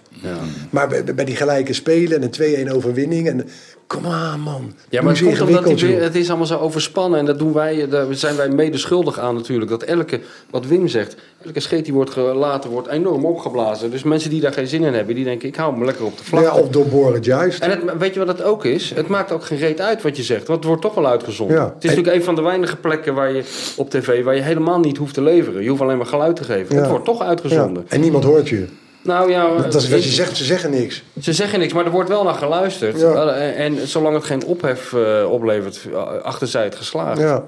[SPEAKER 4] Maar bij, bij die gelijke spelen en een 2-1 overwinning. En, kom aan man.
[SPEAKER 2] Ja,
[SPEAKER 4] Doe
[SPEAKER 2] maar het, komt omdat
[SPEAKER 4] eens
[SPEAKER 2] die
[SPEAKER 4] ingewikkeld,
[SPEAKER 2] weer-
[SPEAKER 4] joh.
[SPEAKER 2] het is allemaal zo overspannen. En dat doen wij, daar zijn wij mede schuldig aan natuurlijk. Dat elke, wat Wim zegt, elke scheet die wordt gelaten, wordt enorm opgeblazen. Dus mensen die daar geen zin in hebben, die denken, ik hou me lekker op de vlakte.
[SPEAKER 4] Ja, of doorboren juist.
[SPEAKER 2] En het, weet je wat het ook is? Het maakt ook geen reet uit wat je zegt, want het wordt toch wel uitgezonden.
[SPEAKER 4] Ja.
[SPEAKER 2] Het is natuurlijk een van de weinige plekken waar je op tv waar je helemaal niet hoeft te leveren. Je hoeft alleen maar geluid te geven.
[SPEAKER 4] Ja.
[SPEAKER 2] Het wordt toch
[SPEAKER 4] Ja.
[SPEAKER 2] uitgezonden.
[SPEAKER 4] En niemand hoort je.
[SPEAKER 2] Nou ja,
[SPEAKER 4] Dat is wat je
[SPEAKER 2] ik-
[SPEAKER 4] zegt, ze zeggen niks.
[SPEAKER 2] ze zeggen niks, maar er wordt wel naar geluisterd.
[SPEAKER 4] Ja.
[SPEAKER 2] En, en zolang het geen ophef eh, oplevert, eh, achter zij het geslaagd.
[SPEAKER 4] Ja.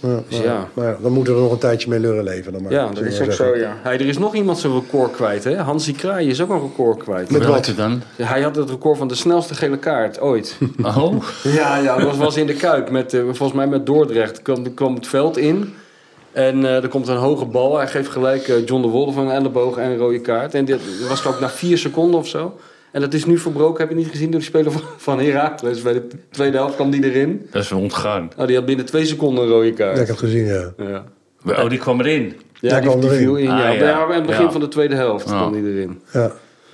[SPEAKER 4] Ja,
[SPEAKER 2] Dus
[SPEAKER 4] maar-
[SPEAKER 2] ja.
[SPEAKER 4] Maar ja, dan moeten we er nog een tijdje mee lullen leven. Dan maar,
[SPEAKER 2] Ja, dat
[SPEAKER 4] zullen we
[SPEAKER 2] is
[SPEAKER 4] maar
[SPEAKER 2] ook
[SPEAKER 4] zeggen.
[SPEAKER 2] zo, ja. Hey, er is nog iemand zijn record kwijt, hè? Hansi Kraai is ook een record kwijt.
[SPEAKER 4] Met wat?
[SPEAKER 3] Welke dan?
[SPEAKER 2] Hij had het record van de snelste gele kaart ooit.
[SPEAKER 3] Oh,
[SPEAKER 2] ja, ja, dat was, was in de Kuip. Met, eh, volgens mij met Dordrecht. Kwam, kwam het veld in. En eh, er komt een hoge bal. Hij geeft gelijk eh, John de Wolde van een elleboog en een rode kaart. En dit was ook na vier seconden of zo. En dat is nu verbroken, heb je niet gezien, door de speler van, van Heracles. Bij de tweede helft kwam die erin.
[SPEAKER 3] (laughs) dat is wel ontgaan.
[SPEAKER 2] Nou, die had binnen twee seconden een rode
[SPEAKER 4] Ja, ik
[SPEAKER 2] kaart.
[SPEAKER 4] heb het gezien, ja.
[SPEAKER 2] Ja.
[SPEAKER 3] Oh, die kwam erin.
[SPEAKER 2] Ja,
[SPEAKER 4] Daar
[SPEAKER 2] die,
[SPEAKER 4] kwam
[SPEAKER 2] die
[SPEAKER 4] erin.
[SPEAKER 2] viel in. ja.
[SPEAKER 3] Ah, ja.
[SPEAKER 2] Ja, aan het begin
[SPEAKER 3] Ja.
[SPEAKER 2] van de tweede helft
[SPEAKER 3] Ja.
[SPEAKER 2] kwam die erin.
[SPEAKER 4] ja.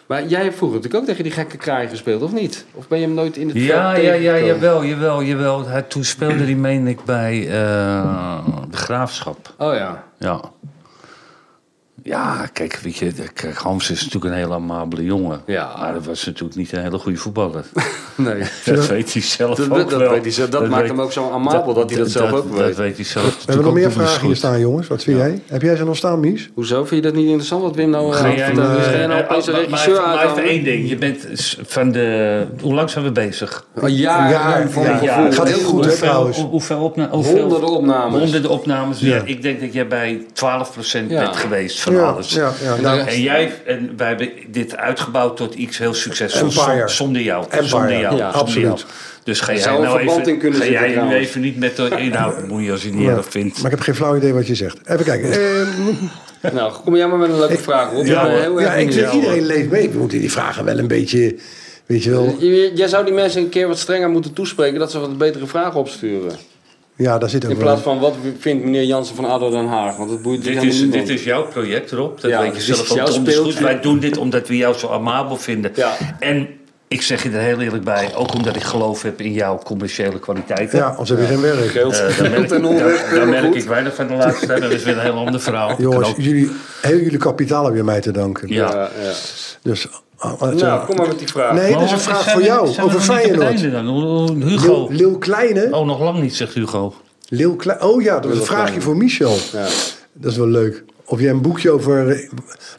[SPEAKER 2] Maar jij hebt vroeger natuurlijk ook tegen die gekke kraai gespeeld, of niet? Of ben je hem nooit in het
[SPEAKER 3] Ja,
[SPEAKER 2] veld
[SPEAKER 3] ja, ja,
[SPEAKER 2] tegengekomen?
[SPEAKER 3] jawel, jawel, jawel. Hij, toen speelde hij, meen ik, bij eh, de Graafschap.
[SPEAKER 2] Oh
[SPEAKER 3] (laughs)
[SPEAKER 2] ja.
[SPEAKER 3] Ja. Ja, kijk, weet je, de- kijk, Hans is natuurlijk een heel amabele jongen.
[SPEAKER 2] Ja.
[SPEAKER 3] Maar dat was natuurlijk niet een hele goede
[SPEAKER 2] (laughs)
[SPEAKER 3] voetballer.
[SPEAKER 2] Nee.
[SPEAKER 3] dat weet hij zelf
[SPEAKER 2] Dat-
[SPEAKER 3] ook
[SPEAKER 2] dat- dat
[SPEAKER 3] wel.
[SPEAKER 2] weet hij zelf. Dat maakt hem ook zo amabel dat hij dat zelf ook weet.
[SPEAKER 3] Dat weet hij zelf
[SPEAKER 4] We hebben
[SPEAKER 3] natuurlijk
[SPEAKER 4] nog meer
[SPEAKER 3] ook niet
[SPEAKER 4] vragen hier
[SPEAKER 3] goed.
[SPEAKER 4] staan, jongens. Wat vind jij? Heb jij ze nog staan, Mies?
[SPEAKER 2] Hoezo? Vind je dat niet interessant wat Wim nou eh,
[SPEAKER 3] Ga
[SPEAKER 2] had
[SPEAKER 3] jij,
[SPEAKER 2] verteld? Dus
[SPEAKER 3] eh,
[SPEAKER 2] ga jij nou
[SPEAKER 3] eh,
[SPEAKER 2] opeens een
[SPEAKER 3] maar-
[SPEAKER 2] regisseur
[SPEAKER 3] maar, maar even één
[SPEAKER 2] uit?
[SPEAKER 3] ding. Je bent s- van de... Hoe lang zijn we bezig?
[SPEAKER 2] Een jaar,
[SPEAKER 4] Ja,
[SPEAKER 2] voor
[SPEAKER 4] ja,
[SPEAKER 2] mijn
[SPEAKER 4] ja.
[SPEAKER 2] gevoel.
[SPEAKER 4] Gaat heel goed, hè,
[SPEAKER 3] hoeveel,
[SPEAKER 4] trouwens.
[SPEAKER 3] hoe- hoeveel opna- hoeveel-
[SPEAKER 2] Honderden opnames.
[SPEAKER 3] Honderden opnames. Ja.
[SPEAKER 4] Ja.
[SPEAKER 3] Ik denk dat jij bij 12%
[SPEAKER 2] Ja.
[SPEAKER 3] bent geweest van
[SPEAKER 4] Ja,
[SPEAKER 3] alles.
[SPEAKER 4] ja, ja.
[SPEAKER 3] en,
[SPEAKER 4] Nou-
[SPEAKER 3] en jij, en wij hebben dit uitgebouwd tot iets heel succesvols.
[SPEAKER 4] Empire.
[SPEAKER 3] zon- Zonder jou.
[SPEAKER 4] Empire,
[SPEAKER 3] Zonder jou.
[SPEAKER 2] ja,
[SPEAKER 3] zonder
[SPEAKER 4] absoluut.
[SPEAKER 3] jou. Dus ga jij
[SPEAKER 2] zou een
[SPEAKER 3] nou
[SPEAKER 2] verband in
[SPEAKER 3] even,
[SPEAKER 2] kunnen
[SPEAKER 3] ga
[SPEAKER 2] zitten,
[SPEAKER 3] jij nu
[SPEAKER 2] trouwens.
[SPEAKER 3] even niet met de inhoud bemoeien als je het niet erg vindt.
[SPEAKER 4] Maar ik heb geen flauw idee wat je zegt. Even kijken. Ehm,
[SPEAKER 2] Nou, kom jij maar met een leuke vraag, Rob. Ik
[SPEAKER 3] Ja,
[SPEAKER 2] ben
[SPEAKER 3] hoor.
[SPEAKER 2] heel erg
[SPEAKER 4] ja, ik
[SPEAKER 2] benieuwd.
[SPEAKER 4] vind iedereen leeft mee. We moeten die vragen wel een beetje... Weet je wel...
[SPEAKER 2] J- Jij zou die mensen een keer wat strenger moeten toespreken dat ze wat betere vragen opsturen.
[SPEAKER 4] Ja, daar zit ook
[SPEAKER 2] In
[SPEAKER 4] wel-
[SPEAKER 2] plaats van wat vindt meneer Jansen van ADO Den Haag? Want dat boeit
[SPEAKER 3] Dit
[SPEAKER 2] helemaal
[SPEAKER 3] is,
[SPEAKER 2] niemand.
[SPEAKER 3] dit is jouw project, Rob. Dat
[SPEAKER 2] Ja,
[SPEAKER 3] weet je
[SPEAKER 2] dit
[SPEAKER 3] zelf
[SPEAKER 2] is
[SPEAKER 3] ook
[SPEAKER 2] jouw
[SPEAKER 3] donders goed.
[SPEAKER 2] speeltje.
[SPEAKER 3] Wij doen dit omdat we jou zo amabel vinden.
[SPEAKER 2] Ja.
[SPEAKER 3] En ik zeg je er heel eerlijk bij, ook omdat ik geloof heb in jouw commerciële kwaliteiten.
[SPEAKER 4] Ja, anders heb je geen werk.
[SPEAKER 2] Geld, (laughs)
[SPEAKER 3] Eh, daar merk,
[SPEAKER 2] geld en
[SPEAKER 3] daar-
[SPEAKER 2] onrecht.
[SPEAKER 3] daar
[SPEAKER 2] eh,
[SPEAKER 3] merk
[SPEAKER 2] goed.
[SPEAKER 3] ik weinig van de laatste tijd. Dat is weer een heel ander verhaal.
[SPEAKER 4] (laughs) Jongens,
[SPEAKER 3] Kan ook-
[SPEAKER 4] jullie, heel jullie kapitaal hebben je mij te danken.
[SPEAKER 3] ja.
[SPEAKER 2] Ja, ja.
[SPEAKER 4] Dus
[SPEAKER 2] Nou, kom maar met die vraag.
[SPEAKER 4] Nee, dat is een
[SPEAKER 3] wat-
[SPEAKER 4] vraag
[SPEAKER 3] zijn
[SPEAKER 4] voor
[SPEAKER 3] we-
[SPEAKER 4] jou.
[SPEAKER 3] zijn we
[SPEAKER 4] Over
[SPEAKER 3] nog niet op het
[SPEAKER 4] Feyenoord.
[SPEAKER 3] einde dan? Oh,
[SPEAKER 4] Leeuw
[SPEAKER 3] Hugo.
[SPEAKER 4] Leeuw Kleine.
[SPEAKER 3] Oh, nog lang niet, zegt Hugo.
[SPEAKER 4] Leeuw Kleine. Oh ja, dat was een
[SPEAKER 2] Leeuw
[SPEAKER 4] vraagje
[SPEAKER 2] Kleine.
[SPEAKER 4] voor Michel. Dat is wel leuk. Of jij een boekje over eh,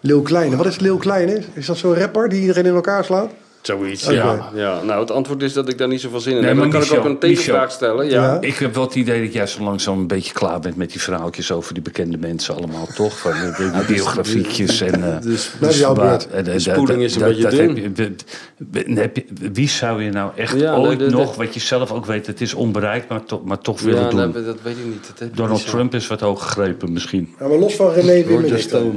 [SPEAKER 4] Leeuw Kleine. Wat is Leeuw Kleine? Is dat zo'n rapper die iedereen in elkaar slaat?
[SPEAKER 3] Zoiets,
[SPEAKER 4] ja.
[SPEAKER 2] Ja, nou, het antwoord is dat ik daar niet zoveel zin in
[SPEAKER 3] Nee,
[SPEAKER 2] heb.
[SPEAKER 3] maar
[SPEAKER 2] Dan kan ik
[SPEAKER 3] Michel,
[SPEAKER 2] ook een tegenvraag stellen. Ja.
[SPEAKER 4] Ja.
[SPEAKER 3] Ik heb wel het idee dat jij zo langzaam een beetje klaar bent met die verhaaltjes over die bekende mensen allemaal, toch? Van
[SPEAKER 4] (laughs)
[SPEAKER 3] eh,
[SPEAKER 4] dus-
[SPEAKER 3] de, de biografietjes en... eh,
[SPEAKER 4] dat is jouw
[SPEAKER 3] waar-
[SPEAKER 4] beurt.
[SPEAKER 3] en, eh, dat-
[SPEAKER 2] spoeling is een
[SPEAKER 3] dat-
[SPEAKER 2] beetje
[SPEAKER 3] dat
[SPEAKER 2] dun.
[SPEAKER 3] heb je- we- we- heb je- Wie zou je nou echt
[SPEAKER 2] Ja,
[SPEAKER 3] ooit
[SPEAKER 2] de- de-
[SPEAKER 3] nog, wat je zelf ook weet, het is onbereikt, maar, toch maar toch
[SPEAKER 2] Ja,
[SPEAKER 3] willen doen?
[SPEAKER 2] dat, dat weet ik niet. Dat heb ik
[SPEAKER 3] Donald
[SPEAKER 2] niet zo.
[SPEAKER 3] Trump is wat hooggegrepen misschien.
[SPEAKER 4] Ja, maar los van René Wimmer.
[SPEAKER 2] Roger Stone.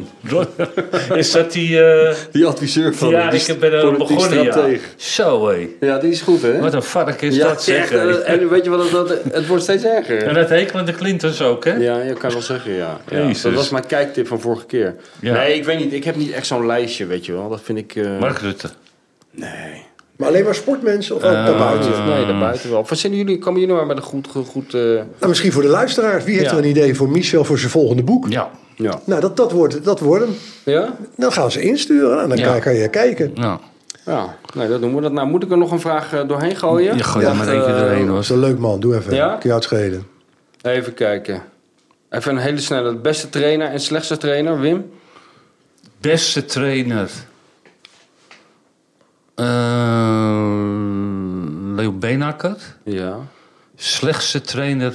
[SPEAKER 3] (laughs) is dat die... eh,
[SPEAKER 2] Die adviseur van
[SPEAKER 3] ja,
[SPEAKER 2] die
[SPEAKER 3] ik ben er
[SPEAKER 2] politiek
[SPEAKER 3] begonnen, ja.
[SPEAKER 2] stratege.
[SPEAKER 3] Zo, hé.
[SPEAKER 2] Ja, die is goed, hè?
[SPEAKER 3] Wat een vark is
[SPEAKER 2] ja,
[SPEAKER 3] dat, zeg.
[SPEAKER 2] echt,
[SPEAKER 3] hé.
[SPEAKER 2] en, en weet je wat, het- dat, het wordt steeds
[SPEAKER 3] En
[SPEAKER 2] erger.
[SPEAKER 3] dat hekelen de Clintons ook, hè?
[SPEAKER 2] Ja, je kan wel zeggen, ja. Ja,
[SPEAKER 3] Jezus.
[SPEAKER 2] Dat was mijn kijktip van vorige keer.
[SPEAKER 3] Ja.
[SPEAKER 2] Nee, ik weet niet. Ik heb niet echt zo'n lijstje, weet je wel. Dat vind ik... eh,
[SPEAKER 3] Mark Rutte.
[SPEAKER 2] nee.
[SPEAKER 4] Maar alleen maar sportmensen of ook
[SPEAKER 3] Eh,
[SPEAKER 4] daarbuiten?
[SPEAKER 2] Buiten, nee, daarbuiten wel. Wat zijn jullie, komen jullie nou maar met een goed... goed, goed eh,
[SPEAKER 4] Nou, misschien voor de luisteraars. Wie heeft
[SPEAKER 2] Ja.
[SPEAKER 4] er een idee voor Michel voor zijn volgende boek?
[SPEAKER 3] Ja.
[SPEAKER 2] ja.
[SPEAKER 4] Nou, dat, dat, wordt, dat wordt hem.
[SPEAKER 2] Ja?
[SPEAKER 4] Dan gaan ze insturen en dan
[SPEAKER 3] Ja.
[SPEAKER 4] kan- kan je kijken.
[SPEAKER 3] Nou,
[SPEAKER 2] Ja. Nee, dat doen we. Dat, nou, moet ik er nog een vraag eh, doorheen gooien?
[SPEAKER 3] je gooit er maar
[SPEAKER 2] eh,
[SPEAKER 3] eentje doorheen,
[SPEAKER 4] Dat
[SPEAKER 3] hoor.
[SPEAKER 4] is een leuk man, doe even.
[SPEAKER 2] Ja?
[SPEAKER 4] Kun je uitschelen.
[SPEAKER 2] Even kijken. Even een hele snelle. De beste trainer en slechtste trainer, Wim?
[SPEAKER 3] Beste trainer. Eh, Leo Beenakker.
[SPEAKER 2] Ja.
[SPEAKER 3] Slechtste trainer.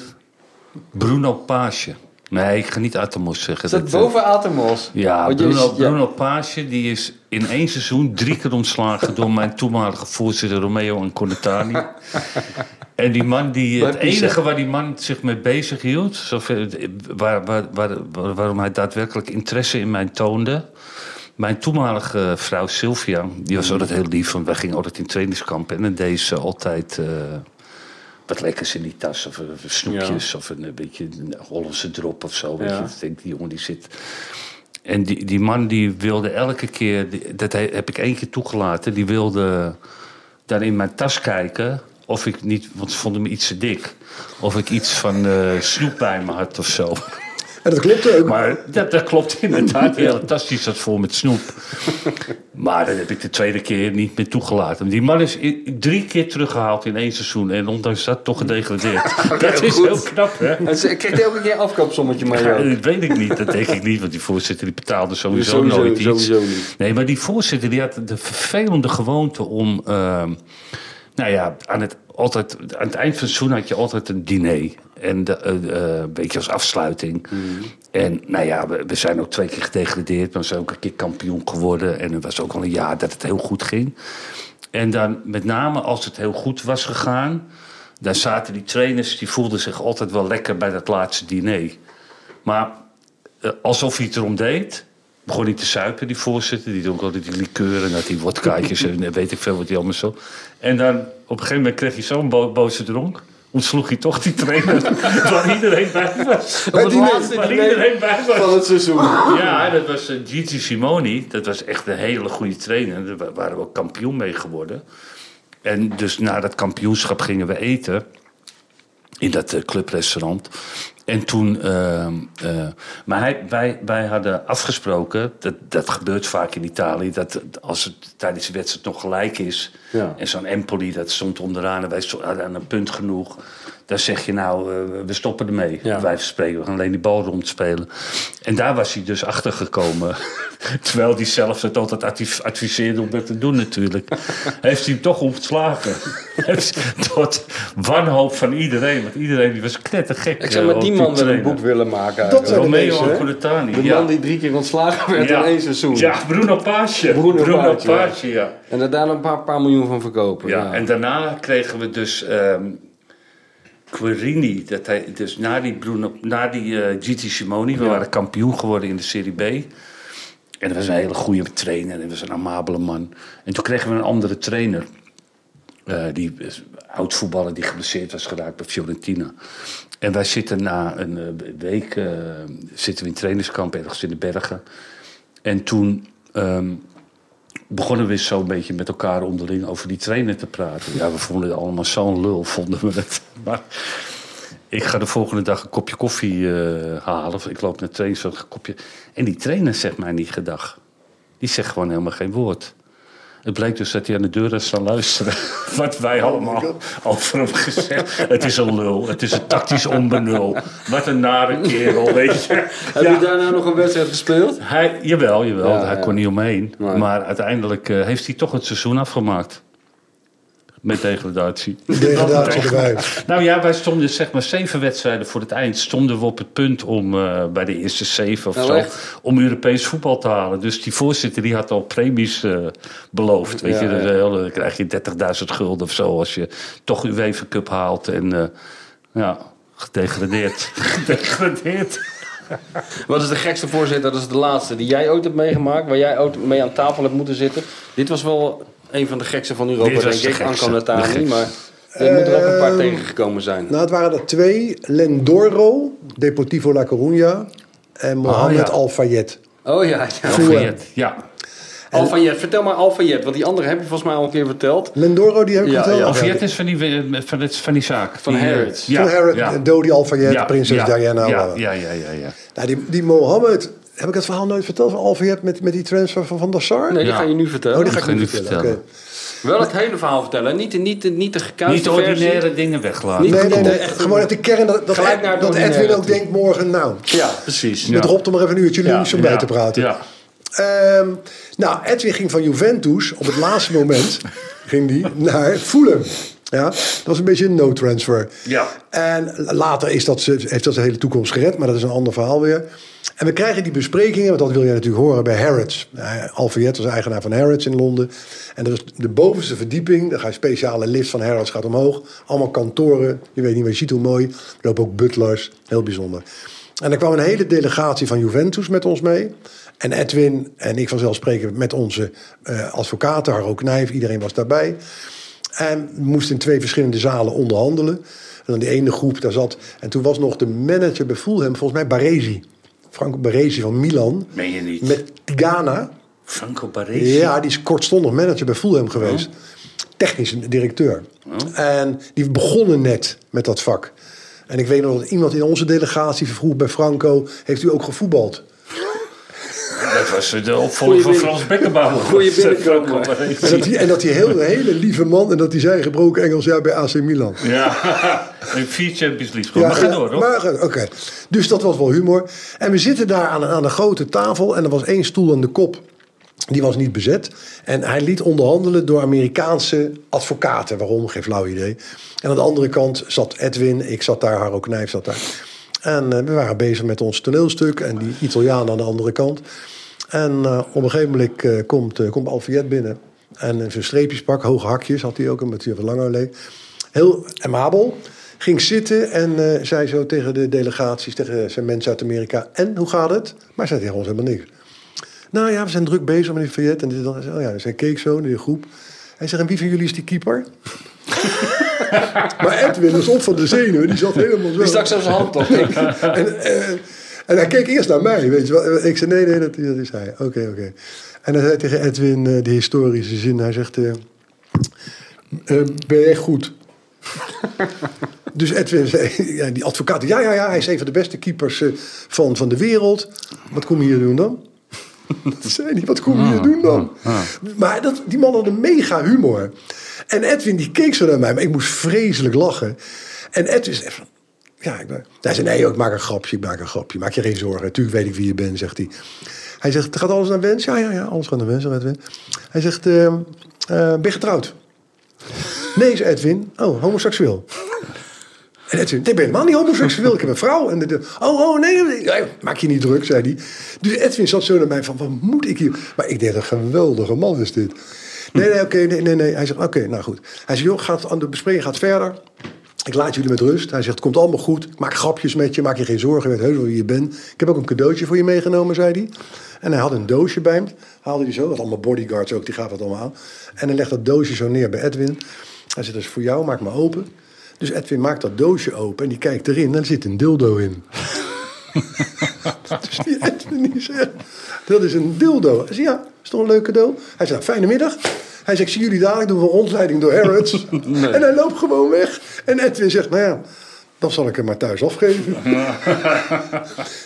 [SPEAKER 3] Bruno Paasje. Nee, ik ga niet uit de mos zeggen.
[SPEAKER 2] Is dat
[SPEAKER 3] Dat, eh,
[SPEAKER 2] boven Atemos?
[SPEAKER 3] Ja,
[SPEAKER 2] Want je-
[SPEAKER 3] Bruno,
[SPEAKER 2] ja.
[SPEAKER 3] Bruno Paasje die is in één seizoen drie keer ontslagen door mijn toenmalige voorzitter Romeo en Conatani.
[SPEAKER 2] (laughs)
[SPEAKER 3] en die man die,
[SPEAKER 2] Wat
[SPEAKER 3] het
[SPEAKER 2] bizar.
[SPEAKER 3] enige waar die man zich mee bezig hield, zover, waar, waar, waar, waar- waarom hij daadwerkelijk interesse in mij toonde. Mijn toenmalige vrouw Sylvia, die was altijd heel lief, want wij gingen altijd in trainingskamp en dan deed ze altijd. eh, wat lekkers in die tas, of, eh, snoepjes, of een, eh, beetje een Hollandse drop of zo. Weet
[SPEAKER 2] Ja.
[SPEAKER 3] je. Ik denk, die jongen die zit en die, die man die wilde elke keer, die- dat he- heb ik één keer toegelaten, die wilde daar in mijn tas kijken of ik niet, want ze vonden me iets te dik, of ik iets van eh, snoep bij me had of zo. (laughs)
[SPEAKER 4] En dat klopt ook.
[SPEAKER 3] Maar dat, dat klopt inderdaad, de hele tas die zat vol met snoep. Maar dat heb ik de tweede keer niet meer toegelaten. Die man is i- drie keer teruggehaald in één seizoen en ondanks dat toch gedegradeerd. dat is heel knap, hè?
[SPEAKER 2] En ze- Krijgt hij ook een keer een
[SPEAKER 3] (laughs)
[SPEAKER 2] afkoopsommetje mee?
[SPEAKER 3] Ja,
[SPEAKER 2] joh?
[SPEAKER 3] dat weet ik niet, dat denk ik niet, want die voorzitter die betaalde sowieso,
[SPEAKER 2] Sowieso-
[SPEAKER 3] nooit iets.
[SPEAKER 2] sowieso niet.
[SPEAKER 3] Nee, maar die voorzitter die had de vervelende gewoonte om, ehm, nou ja, aan het, altijd, aan het eind van het seizoen had je altijd een diner. En de, eh, eh, een beetje als afsluiting.
[SPEAKER 2] Mhm.
[SPEAKER 3] En nou ja, we, we zijn ook twee keer gedegradeerd, maar we zijn ook een keer kampioen geworden. En het was ook al een jaar dat het heel goed ging. En dan met name als het heel goed was gegaan, dan zaten die trainers, die voelden zich altijd wel lekker bij dat laatste diner. Maar eh, alsof hij het erom deed, begon hij te suipen, die voorzitter. Die dronk altijd die liqueur en had die wodkaatjes
[SPEAKER 2] (laughs)
[SPEAKER 3] en eh, weet ik veel wat hij allemaal zo. En dan op een gegeven moment kreeg hij zo'n bo- boze dronk. Ontsloeg hij toch die trainer (laughs) waar iedereen bij was.
[SPEAKER 2] Bij het
[SPEAKER 3] Waar
[SPEAKER 2] laatste
[SPEAKER 3] waar
[SPEAKER 2] diner
[SPEAKER 3] iedereen bij was.
[SPEAKER 2] Van het seizoen.
[SPEAKER 3] Ja, dat was eh, Gigi Simoni. Dat was echt een hele goede trainer. Daar wa- waren we ook kampioen mee geworden. En dus na dat kampioenschap gingen we eten. In dat eh, clubrestaurant. En toen. ehm, eh, maar hij, wij, wij hadden afgesproken. Dat, dat gebeurt vaak in Italië. Dat als het tijdens de wedstrijd nog gelijk is.
[SPEAKER 2] Ja.
[SPEAKER 3] En zo'n Empoli, dat stond onderaan. En wij sto- hadden aan een punt genoeg. Dan zeg je nou, eh, we stoppen ermee.
[SPEAKER 2] Ja.
[SPEAKER 3] Wij verspreken, we gaan alleen die bal rondspelen. En daar was hij dus achter gekomen. (laughs) Terwijl hij zelf het altijd adv- adviseerde om dat te doen,
[SPEAKER 2] (laughs)
[SPEAKER 3] natuurlijk. Heeft hij hem toch ontslagen. (laughs) Tot wanhoop van iedereen. Want iedereen die was knettergek.
[SPEAKER 2] Ik zeg
[SPEAKER 3] eh,
[SPEAKER 2] maar,
[SPEAKER 3] op
[SPEAKER 2] die man wil een
[SPEAKER 3] trainer.
[SPEAKER 2] boek willen maken.
[SPEAKER 4] Dat
[SPEAKER 2] eigenlijk.
[SPEAKER 4] zijn de
[SPEAKER 3] Romeo
[SPEAKER 4] mensen, hè?
[SPEAKER 3] Coletani.
[SPEAKER 2] De
[SPEAKER 3] ja.
[SPEAKER 2] man die drie keer ontslagen werd
[SPEAKER 3] Ja.
[SPEAKER 2] in één seizoen.
[SPEAKER 3] Ja, Bruno Paasje.
[SPEAKER 2] Bruno Paasje, ja.
[SPEAKER 3] Paasje, ja.
[SPEAKER 2] En er daar een paar, paar miljoen van verkopen.
[SPEAKER 3] Ja,
[SPEAKER 2] Ja.
[SPEAKER 3] en daarna kregen we dus ehm Querini. Dat hij, dus na die, Bruno, na die eh, Gigi Simoni, we waren kampioen geworden in de Serie B. En dat was een hele goede trainer en dat was een amabele man. En toen kregen we een andere trainer. Eh, die is oud voetballer die geblesseerd was geraakt bij Fiorentina. En wij zitten na een eh, week eh, zitten we in trainingskamp ergens in de bergen. En toen ehm, begonnen we eens zo'n beetje met elkaar onderling over die trainer te praten. Ja, we vonden het allemaal zo'n lul, vonden we het. (laughs) Maar ik ga de volgende dag een kopje koffie eh, halen. Of ik loop naar het trainingsveld, ga een kopje. En die trainer zegt mij niet gedag. Die zegt gewoon helemaal geen woord. Het bleek dus dat hij aan de deur had staan luisteren. (laughs) Wat
[SPEAKER 2] Oh
[SPEAKER 3] wij allemaal over hem gezegd. Het is een lul. Het is een tactisch onbenul. Wat een nare kerel, weet je.
[SPEAKER 2] Heb
[SPEAKER 3] Ja.
[SPEAKER 2] je daarna nog een wedstrijd gespeeld?
[SPEAKER 3] Hij, jawel, jawel.
[SPEAKER 2] Ja,
[SPEAKER 3] hij
[SPEAKER 2] ja.
[SPEAKER 3] kon niet omheen.
[SPEAKER 2] Nee.
[SPEAKER 3] Maar uiteindelijk eh, heeft hij toch het seizoen afgemaakt. Met degradatie.
[SPEAKER 2] (laughs)
[SPEAKER 4] Degradatie erbij.
[SPEAKER 3] Nou ja, wij stonden zeg maar zeven wedstrijden voor het eind. Stonden we op het punt om eh, bij de eerste zeven of
[SPEAKER 2] Nou,
[SPEAKER 3] zo.
[SPEAKER 2] echt?
[SPEAKER 3] Om Europees voetbal te halen. Dus die voorzitter die had al premies eh, beloofd. Weet
[SPEAKER 2] Ja,
[SPEAKER 3] je, dat
[SPEAKER 2] ja.
[SPEAKER 3] is heel- dan krijg je 30.000 gulden of zo. Als je toch UEFA Cup haalt. En eh, ja,
[SPEAKER 2] (laughs)
[SPEAKER 3] gedegradeerd. (laughs) gedegradeerd.
[SPEAKER 2] Wat is de gekste voorzitter? Dat is de laatste die jij ooit hebt meegemaakt. Waar jij ooit mee aan tafel hebt moeten zitten. Dit was wel een van de gekste van Europa,
[SPEAKER 3] Dit was
[SPEAKER 2] denk
[SPEAKER 3] de
[SPEAKER 2] ik. Anko
[SPEAKER 3] gekste. De
[SPEAKER 2] Natani.
[SPEAKER 3] gekste.
[SPEAKER 2] Maar er moeten er ook een paar
[SPEAKER 4] Ehm,
[SPEAKER 2] tegengekomen zijn.
[SPEAKER 4] Nou, het waren er twee. Lendoro, Deportivo La Coruña en Mohamed
[SPEAKER 3] Ah, ja.
[SPEAKER 4] Al-Fayed.
[SPEAKER 2] Oh ja, (laughs) ja.
[SPEAKER 3] Gedegradeerd, Ja.
[SPEAKER 2] Alfayet. Vertel maar Alfayet. Want die andere heb je volgens mij al een keer verteld.
[SPEAKER 4] Lendoro, die heb ik
[SPEAKER 2] Ja,
[SPEAKER 4] verteld.
[SPEAKER 2] ja.
[SPEAKER 3] Of Jet is van die, van, het, van die zaak.
[SPEAKER 2] Van
[SPEAKER 3] die, eh,
[SPEAKER 2] Harrods.
[SPEAKER 3] Ja,
[SPEAKER 4] Toen Harrod,
[SPEAKER 3] ja.
[SPEAKER 4] Dodi Al-Fayed, prinses
[SPEAKER 3] ja,
[SPEAKER 4] Diana.
[SPEAKER 3] Ja, ja,
[SPEAKER 4] blablabla.
[SPEAKER 3] ja, ja, ja.
[SPEAKER 4] Nou, die, die Mohammed, heb ik het verhaal nooit verteld van Al-Fayed met, met die transfer van Van der Sar?
[SPEAKER 2] Nee, die
[SPEAKER 3] Ja.
[SPEAKER 2] ga je nu vertellen.
[SPEAKER 4] Oh, die ga ik
[SPEAKER 3] ga je
[SPEAKER 4] niet
[SPEAKER 3] niet
[SPEAKER 4] vertellen.
[SPEAKER 3] vertellen.
[SPEAKER 4] oké.
[SPEAKER 2] Wel het hele verhaal vertellen. Niet, de- niet, de- niet de gekuiste
[SPEAKER 3] Niet de
[SPEAKER 2] versie.
[SPEAKER 3] ordinaire dingen weglaten.
[SPEAKER 2] Niet-
[SPEAKER 4] Nee, nee, nee.
[SPEAKER 2] Echt een-
[SPEAKER 4] Gewoon uit de kern dat, dat,
[SPEAKER 2] Gelijk naar het
[SPEAKER 4] dat Edwin
[SPEAKER 2] ordinaire
[SPEAKER 4] ook
[SPEAKER 2] toe.
[SPEAKER 4] denkt morgen, nou,
[SPEAKER 2] Ja, precies.
[SPEAKER 4] met Rob er maar even een uurtje lunch om bij
[SPEAKER 3] Ja,
[SPEAKER 4] te praten.
[SPEAKER 3] Ja.
[SPEAKER 4] Ehm, nou, Edwin ging van Juventus op het laatste moment ging die naar Fulham. Ja, dat was een beetje een no-transfer.
[SPEAKER 3] Ja.
[SPEAKER 4] En later is dat, ze- heeft dat zijn hele toekomst gered, maar dat is een ander verhaal weer. En we krijgen die besprekingen, want dat wil jij natuurlijk horen, bij Harrods. Eh, Alfayet was eigenaar van Harrods in Londen. En er is de bovenste verdieping, daar ga je speciale lift van Harrods gaat omhoog. Allemaal kantoren, je weet niet meer, je ziet hoe mooi. Er lopen ook butlers, heel bijzonder. En er kwam een hele delegatie van Juventus met ons mee. En Edwin en ik vanzelfsprekend met onze eh, advocaten, Harro Knijf, iedereen was daarbij. En we moesten in twee verschillende zalen onderhandelen. En dan die ene groep, daar zat... En toen was nog de manager bij Fulham, volgens mij Baresi. Franco Baresi van Milan.
[SPEAKER 3] Meen je niet?
[SPEAKER 4] Met Tigana.
[SPEAKER 3] Franco Baresi.
[SPEAKER 4] Ja, die is kortstondig manager bij Fulham geweest. Technisch directeur. En die begonnen net met dat vak. En ik weet nog dat iemand in onze delegatie vroeg bij Franco... heeft u ook gevoetbald?
[SPEAKER 3] Dat was de opvolger van
[SPEAKER 2] Goeie
[SPEAKER 3] Frans Beckenbauer.
[SPEAKER 2] Goeie binnenkomen.
[SPEAKER 3] Franco Baresi.
[SPEAKER 4] En dat die, en dat die heel, hele lieve man... en dat die zei gebroken Engels ja, bij AC Milan.
[SPEAKER 3] Ja. (laughs) En Vier Champions League gewonnen. Maar ga door, hoor.
[SPEAKER 4] eh, maar, oké. Dus dat was wel humor. En we zitten daar aan, aan een grote tafel en er was één stoel aan de kop. Die was niet bezet. En hij liet onderhandelen door Amerikaanse advocaten. Waarom? Geen flauw idee. En aan de andere kant zat Edwin. Ik zat daar, Harro Knijf zat daar. En eh, we waren bezig met ons toneelstuk. En die Italiaan aan de andere kant. En eh, op een gegeven moment eh, komt, eh, komt Alfiet binnen. En een streepjespak, hoge hakjes had hij ook. Een Mathieu van Langerlee. Heel amabel. Ging zitten en eh, zei zo tegen de delegaties, tegen zijn mensen uit Amerika. En, hoe gaat het? Maar zei tegen ons helemaal niks. Nou ja, we zijn druk bezig met die Fayette. En dit en dat. Hij zei, Oh ja, dus hij keek zo naar de groep. Hij zegt, en wie van jullie is die keeper? (laughs) maar Edwin was op van de zenuwen. Die zat helemaal zo.
[SPEAKER 2] Die stak zelfs zijn hand op. Ik-
[SPEAKER 4] En, eh, en hij keek eerst naar mij, weet je wel. Ik zei, nee, nee, dat, dat is hij. Oké, oké. En hij zei tegen Edwin eh, die historische zin. Hij zegt, eh, eh, ben jij goed? dus Edwin zei, ja, die advocaat, ja, ja, ja. Hij is een van de beste keepers eh, van, van de wereld. Wat kom je hier doen dan? (laughs) Dat zei hij, wat kom je hier doen dan? Maar dat, die man had een mega humor. En Edwin die keek zo naar mij, maar ik moest vreselijk lachen. En Edwin zei van, ja, ik ben... Hij zei, nee joh, ik maak een grapje, ik maak een grapje. Maak je geen zorgen, natuurlijk weet ik wie je bent, zegt hij. Hij zegt, gaat alles naar wens? Ja, ja, ja, alles gaat naar wens, zegt Edwin. Hij zegt, ehm, eh, ben je getrouwd? Nee, zei Edwin. Oh, homoseksueel. En Edwin, nee, ik ben helemaal niet homoseksueel. Ik heb een vrouw. En de, de- oh, oh, nee, nee, nee, maak je niet druk, zei hij. Dus Edwin zat zo naar mij van, wat moet ik hier? Maar ik dacht, een geweldige man is dit. Nee, nee, oké, nee, nee, nee. Hij zegt, oké, nou goed. Hij zegt, joh, gaat, aan de bespreking gaat verder. Ik laat jullie met rust. Hij zegt, het komt allemaal goed. Ik maak grapjes met je, maak je geen zorgen. Je weet heus wel wie je bent. Ik heb ook een cadeautje voor je meegenomen, zei hij. En hij had een doosje bij hem. Haalde hij zo, had allemaal bodyguards ook, die gaven dat allemaal aan. En hij legt dat doosje zo neer bij Edwin. Hij zegt, dat is voor jou, maak maar open. Dus Edwin maakt dat doosje open en die kijkt erin en er zit een dildo in. dus die Edwin die zegt, dat is een dildo. Hij zegt, ja, is toch een leuk cadeau? Hij zegt, fijne middag. Hij zegt, ik zie jullie dadelijk, doen we een rondleiding door Harrods. En hij loopt gewoon weg. En Edwin zegt, nou ja, dan zal ik hem maar thuis afgeven. nou,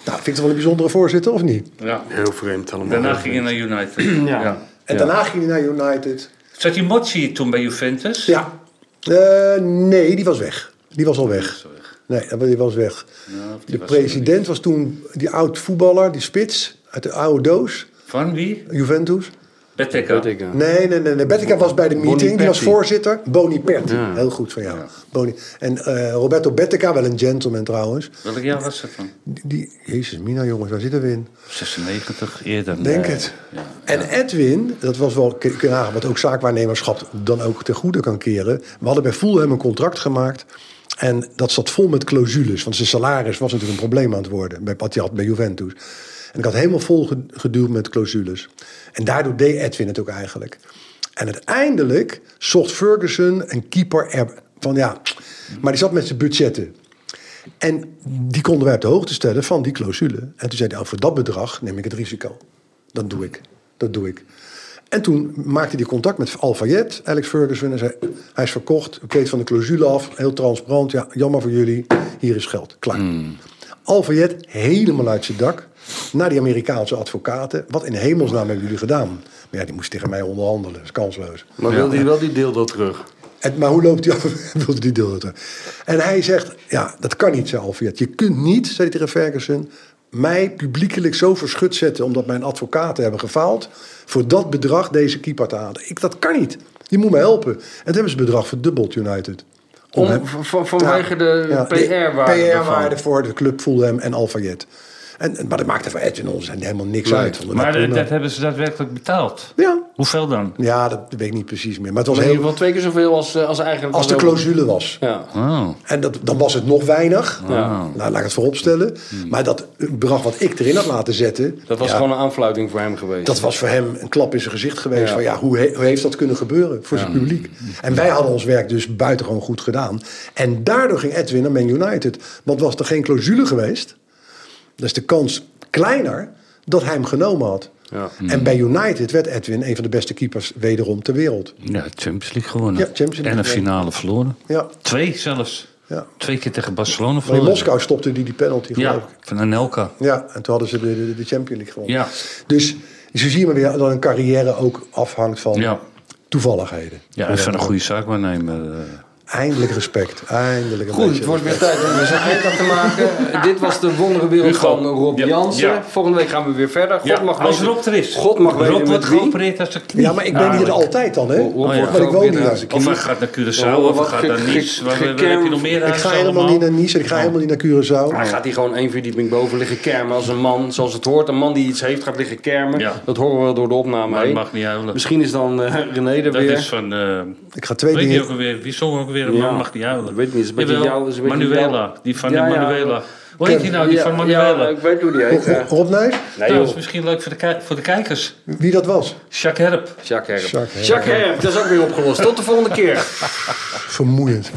[SPEAKER 4] vind ik het wel een bijzondere voorzitter, of niet?
[SPEAKER 3] (laughs) Ja.
[SPEAKER 2] Heel vreemd allemaal.
[SPEAKER 3] Daarna ging je naar United. Ja.
[SPEAKER 4] En
[SPEAKER 3] Ja.
[SPEAKER 4] daarna ging hij naar United.
[SPEAKER 3] Zat die Mochi toen bij Juventus?
[SPEAKER 4] Ja. Eh, nee, die was weg. Die was al weg.
[SPEAKER 3] Sorry.
[SPEAKER 4] Nee, dat was- die was weg.
[SPEAKER 3] Nou, of die
[SPEAKER 4] De
[SPEAKER 3] was-
[SPEAKER 4] president was toen die oud voetballer, die spits uit de oude doos,
[SPEAKER 3] Van wie?
[SPEAKER 4] Juventus.
[SPEAKER 3] Betteka.
[SPEAKER 2] Weet ik, ja.
[SPEAKER 4] Nee, nee, nee. nee. Bettica was bij de meeting, die was
[SPEAKER 2] Boniperti.
[SPEAKER 4] voorzitter. Boniperti,
[SPEAKER 2] Ja.
[SPEAKER 4] heel goed van jou. Boni. En eh, Roberto Bettica, wel een gentleman trouwens.
[SPEAKER 3] Welk jaar was dat dan?
[SPEAKER 4] Die, die- jezus, Mina jongens, waar zitten we in?
[SPEAKER 3] 96, eerder.
[SPEAKER 4] Denk
[SPEAKER 3] Nee.
[SPEAKER 4] het.
[SPEAKER 3] Eh, Ja.
[SPEAKER 4] En Edwin, dat was wel k- k- ja, wat ook zaakwaarnemerschap dan ook ten goede kan keren. We hadden bij Fulham een contract gemaakt. En dat zat vol met clausules. Want zijn salaris was natuurlijk een probleem aan het worden. Bij wat hij had bij Juventus. En ik had helemaal vol ge- geduwd met clausules. En daardoor deed Edwin het ook eigenlijk. En uiteindelijk zocht Ferguson een keeper er van ja. Maar die zat met zijn budgetten. En die konden wij op de hoogte stellen van die clausule. En toen zei hij, oh, voor dat bedrag neem ik het risico. Dat doe ik. Dat doe ik. En toen maakte hij contact met Al Fayed, Alex Ferguson. En zei, hij is verkocht, ik weet van de clausule af. Heel transparant, ja, jammer voor jullie. Hier is geld, klaar. Al Fayed helemaal uit zijn dak. Naar die Amerikaanse advocaten. Wat in hemelsnaam hebben jullie gedaan? Maar ja, die moest tegen mij onderhandelen. Dat is kansloos.
[SPEAKER 2] Maar wilde hij wel die deel dat terug?
[SPEAKER 4] En, maar hoe loopt die af? (laughs) wilde die deel dat er. En hij zegt, ja, dat kan niet, zei Alfred. Je kunt niet, zei hij tegen Ferguson, mij publiekelijk zo verschut zetten... omdat mijn advocaten hebben gefaald... voor dat bedrag deze keeper te halen. Ik, dat kan niet. Je moet me helpen. En toen hebben ze het bedrag verdubbeld, United.
[SPEAKER 2] Om-
[SPEAKER 4] hem-
[SPEAKER 2] van- van- vanwege de PR-waarde
[SPEAKER 4] PR
[SPEAKER 2] ervan.
[SPEAKER 4] -waarde voor de club Fulham en Alfayet. En, en- maar dat maakte voor Edwin ons helemaal niks
[SPEAKER 2] Nee.
[SPEAKER 4] uit. want
[SPEAKER 3] Maar
[SPEAKER 4] dat kon
[SPEAKER 3] dat, dat
[SPEAKER 4] dan.
[SPEAKER 3] hebben ze daadwerkelijk betaald.
[SPEAKER 4] Ja.
[SPEAKER 3] Hoeveel dan?
[SPEAKER 4] ja, dat weet ik niet precies meer. Maar het was
[SPEAKER 2] In ieder
[SPEAKER 4] heel,
[SPEAKER 2] geval twee keer zoveel als, eh, als eigenlijk...
[SPEAKER 4] als de clausule was.
[SPEAKER 2] Ja.
[SPEAKER 3] Oh.
[SPEAKER 4] En dat, dan was het nog weinig.
[SPEAKER 2] Ah.
[SPEAKER 4] Nou, laat ik het vooropstellen. Maar dat bedrag wat ik erin had laten zetten...
[SPEAKER 2] Hmm. Dat was
[SPEAKER 4] ja,
[SPEAKER 2] gewoon een aanfluiting voor hem geweest.
[SPEAKER 4] dat was voor hem een klap in zijn gezicht geweest.
[SPEAKER 2] Ja. Hmm.
[SPEAKER 4] Van, ja, hoe, he- hoe heeft dat kunnen gebeuren voor zijn publiek? En wij hadden ons werk dus buitengewoon goed gedaan. En daardoor ging Edwin naar Man United. Want was er geen clausule geweest... dan is de kans kleiner dat hij hem genomen had.
[SPEAKER 2] Ja. Hmm.
[SPEAKER 4] En bij United werd Edwin een van de beste keepers wederom ter wereld.
[SPEAKER 3] Ja, Champions League gewonnen.
[SPEAKER 4] Ja, Champions League,
[SPEAKER 3] en een
[SPEAKER 4] ja.
[SPEAKER 3] finale verloren.
[SPEAKER 4] Ja.
[SPEAKER 3] Twee zelfs.
[SPEAKER 4] Ja.
[SPEAKER 3] Twee keer tegen Barcelona
[SPEAKER 4] Maar in
[SPEAKER 3] verloren.
[SPEAKER 4] Moskou stopte hij die penalty, geloof ik.
[SPEAKER 3] Ja, van Anelka.
[SPEAKER 4] Ja, en toen hadden ze de, de, de Champions League gewonnen.
[SPEAKER 3] Ja.
[SPEAKER 4] Dus zo zie je maar weer dat een carrière ook afhangt van
[SPEAKER 3] Ja.
[SPEAKER 4] toevalligheden. Dus
[SPEAKER 3] Ja, en van een goede zaakwaarnemer. eh.
[SPEAKER 4] Eindelijk respect. Eindelijk een
[SPEAKER 2] Goed,
[SPEAKER 4] beetje
[SPEAKER 2] het wordt weer tijd om weer zijn eind aan te maken. (laughs) Dit was de wonderenwereld
[SPEAKER 3] Hugo.
[SPEAKER 2] van Rob
[SPEAKER 3] Ja.
[SPEAKER 2] Jansen.
[SPEAKER 3] Ja.
[SPEAKER 2] Volgende week gaan we weer verder. God
[SPEAKER 3] Ja,
[SPEAKER 2] mag
[SPEAKER 3] als
[SPEAKER 2] weten-
[SPEAKER 3] Rob er is.
[SPEAKER 2] God mag weten
[SPEAKER 3] Rob wordt
[SPEAKER 2] met wie.
[SPEAKER 3] geopereerd als een knie.
[SPEAKER 4] Ja, maar ik ben hier altijd dan, hè?
[SPEAKER 2] Rob
[SPEAKER 3] Oh, ja.
[SPEAKER 2] wordt
[SPEAKER 4] Maar ik woon
[SPEAKER 2] geopereerd
[SPEAKER 4] hier.
[SPEAKER 2] aan zijn
[SPEAKER 3] Of
[SPEAKER 2] knie.
[SPEAKER 3] hij gaat naar
[SPEAKER 2] Ja,
[SPEAKER 3] Curaçao, of hij
[SPEAKER 2] wat
[SPEAKER 3] gaat
[SPEAKER 2] ge-
[SPEAKER 3] naar
[SPEAKER 2] ge-
[SPEAKER 3] Nice. Waar waar- waar
[SPEAKER 2] gekerm-
[SPEAKER 3] heb je nog meer
[SPEAKER 4] Ik
[SPEAKER 3] huizen
[SPEAKER 4] ga helemaal niet
[SPEAKER 3] allemaal?
[SPEAKER 4] naar Nice en ik ga helemaal niet naar Curaçao.
[SPEAKER 2] Hij gaat hier gewoon één verdieping boven liggen kermen als een man, zoals het hoort. Een man die iets heeft gaat liggen kermen.
[SPEAKER 3] Ja.
[SPEAKER 2] Dat horen we door de opname
[SPEAKER 3] Maar hij
[SPEAKER 2] heen.
[SPEAKER 3] mag niet huilen.
[SPEAKER 2] Misschien is dan eh, René er
[SPEAKER 3] Dat
[SPEAKER 2] weer.
[SPEAKER 3] is van... eh,
[SPEAKER 4] Ik ga twee
[SPEAKER 3] weet je ook
[SPEAKER 4] dingen...
[SPEAKER 3] alweer? Wie zong ook weer? Een
[SPEAKER 2] Ja.
[SPEAKER 3] man mag niet huilen.
[SPEAKER 2] Weet niet, is een beetje
[SPEAKER 3] Jawel,
[SPEAKER 2] jou- is een beetje
[SPEAKER 3] Manuela.
[SPEAKER 2] jou-
[SPEAKER 3] Die van
[SPEAKER 2] Ja,
[SPEAKER 3] de
[SPEAKER 2] ja.
[SPEAKER 3] Manuela. Hoe heet die nou? Die
[SPEAKER 2] Ja,
[SPEAKER 3] van
[SPEAKER 2] Ja,
[SPEAKER 3] Manuela.
[SPEAKER 2] ik weet hoe die heet.
[SPEAKER 4] Ro-
[SPEAKER 2] ja.
[SPEAKER 4] Rob Nijs?
[SPEAKER 2] Nee
[SPEAKER 3] Nou, dat is
[SPEAKER 2] joh,
[SPEAKER 3] misschien leuk voor de, kijk- voor de kijkers.
[SPEAKER 4] Wie dat was?
[SPEAKER 3] Jacques Herp.
[SPEAKER 2] Jacques Herp.
[SPEAKER 4] Jacques Herp.
[SPEAKER 2] Jacques Herp, dat is ook weer opgelost. Tot de volgende keer.
[SPEAKER 4] Vermoeiend.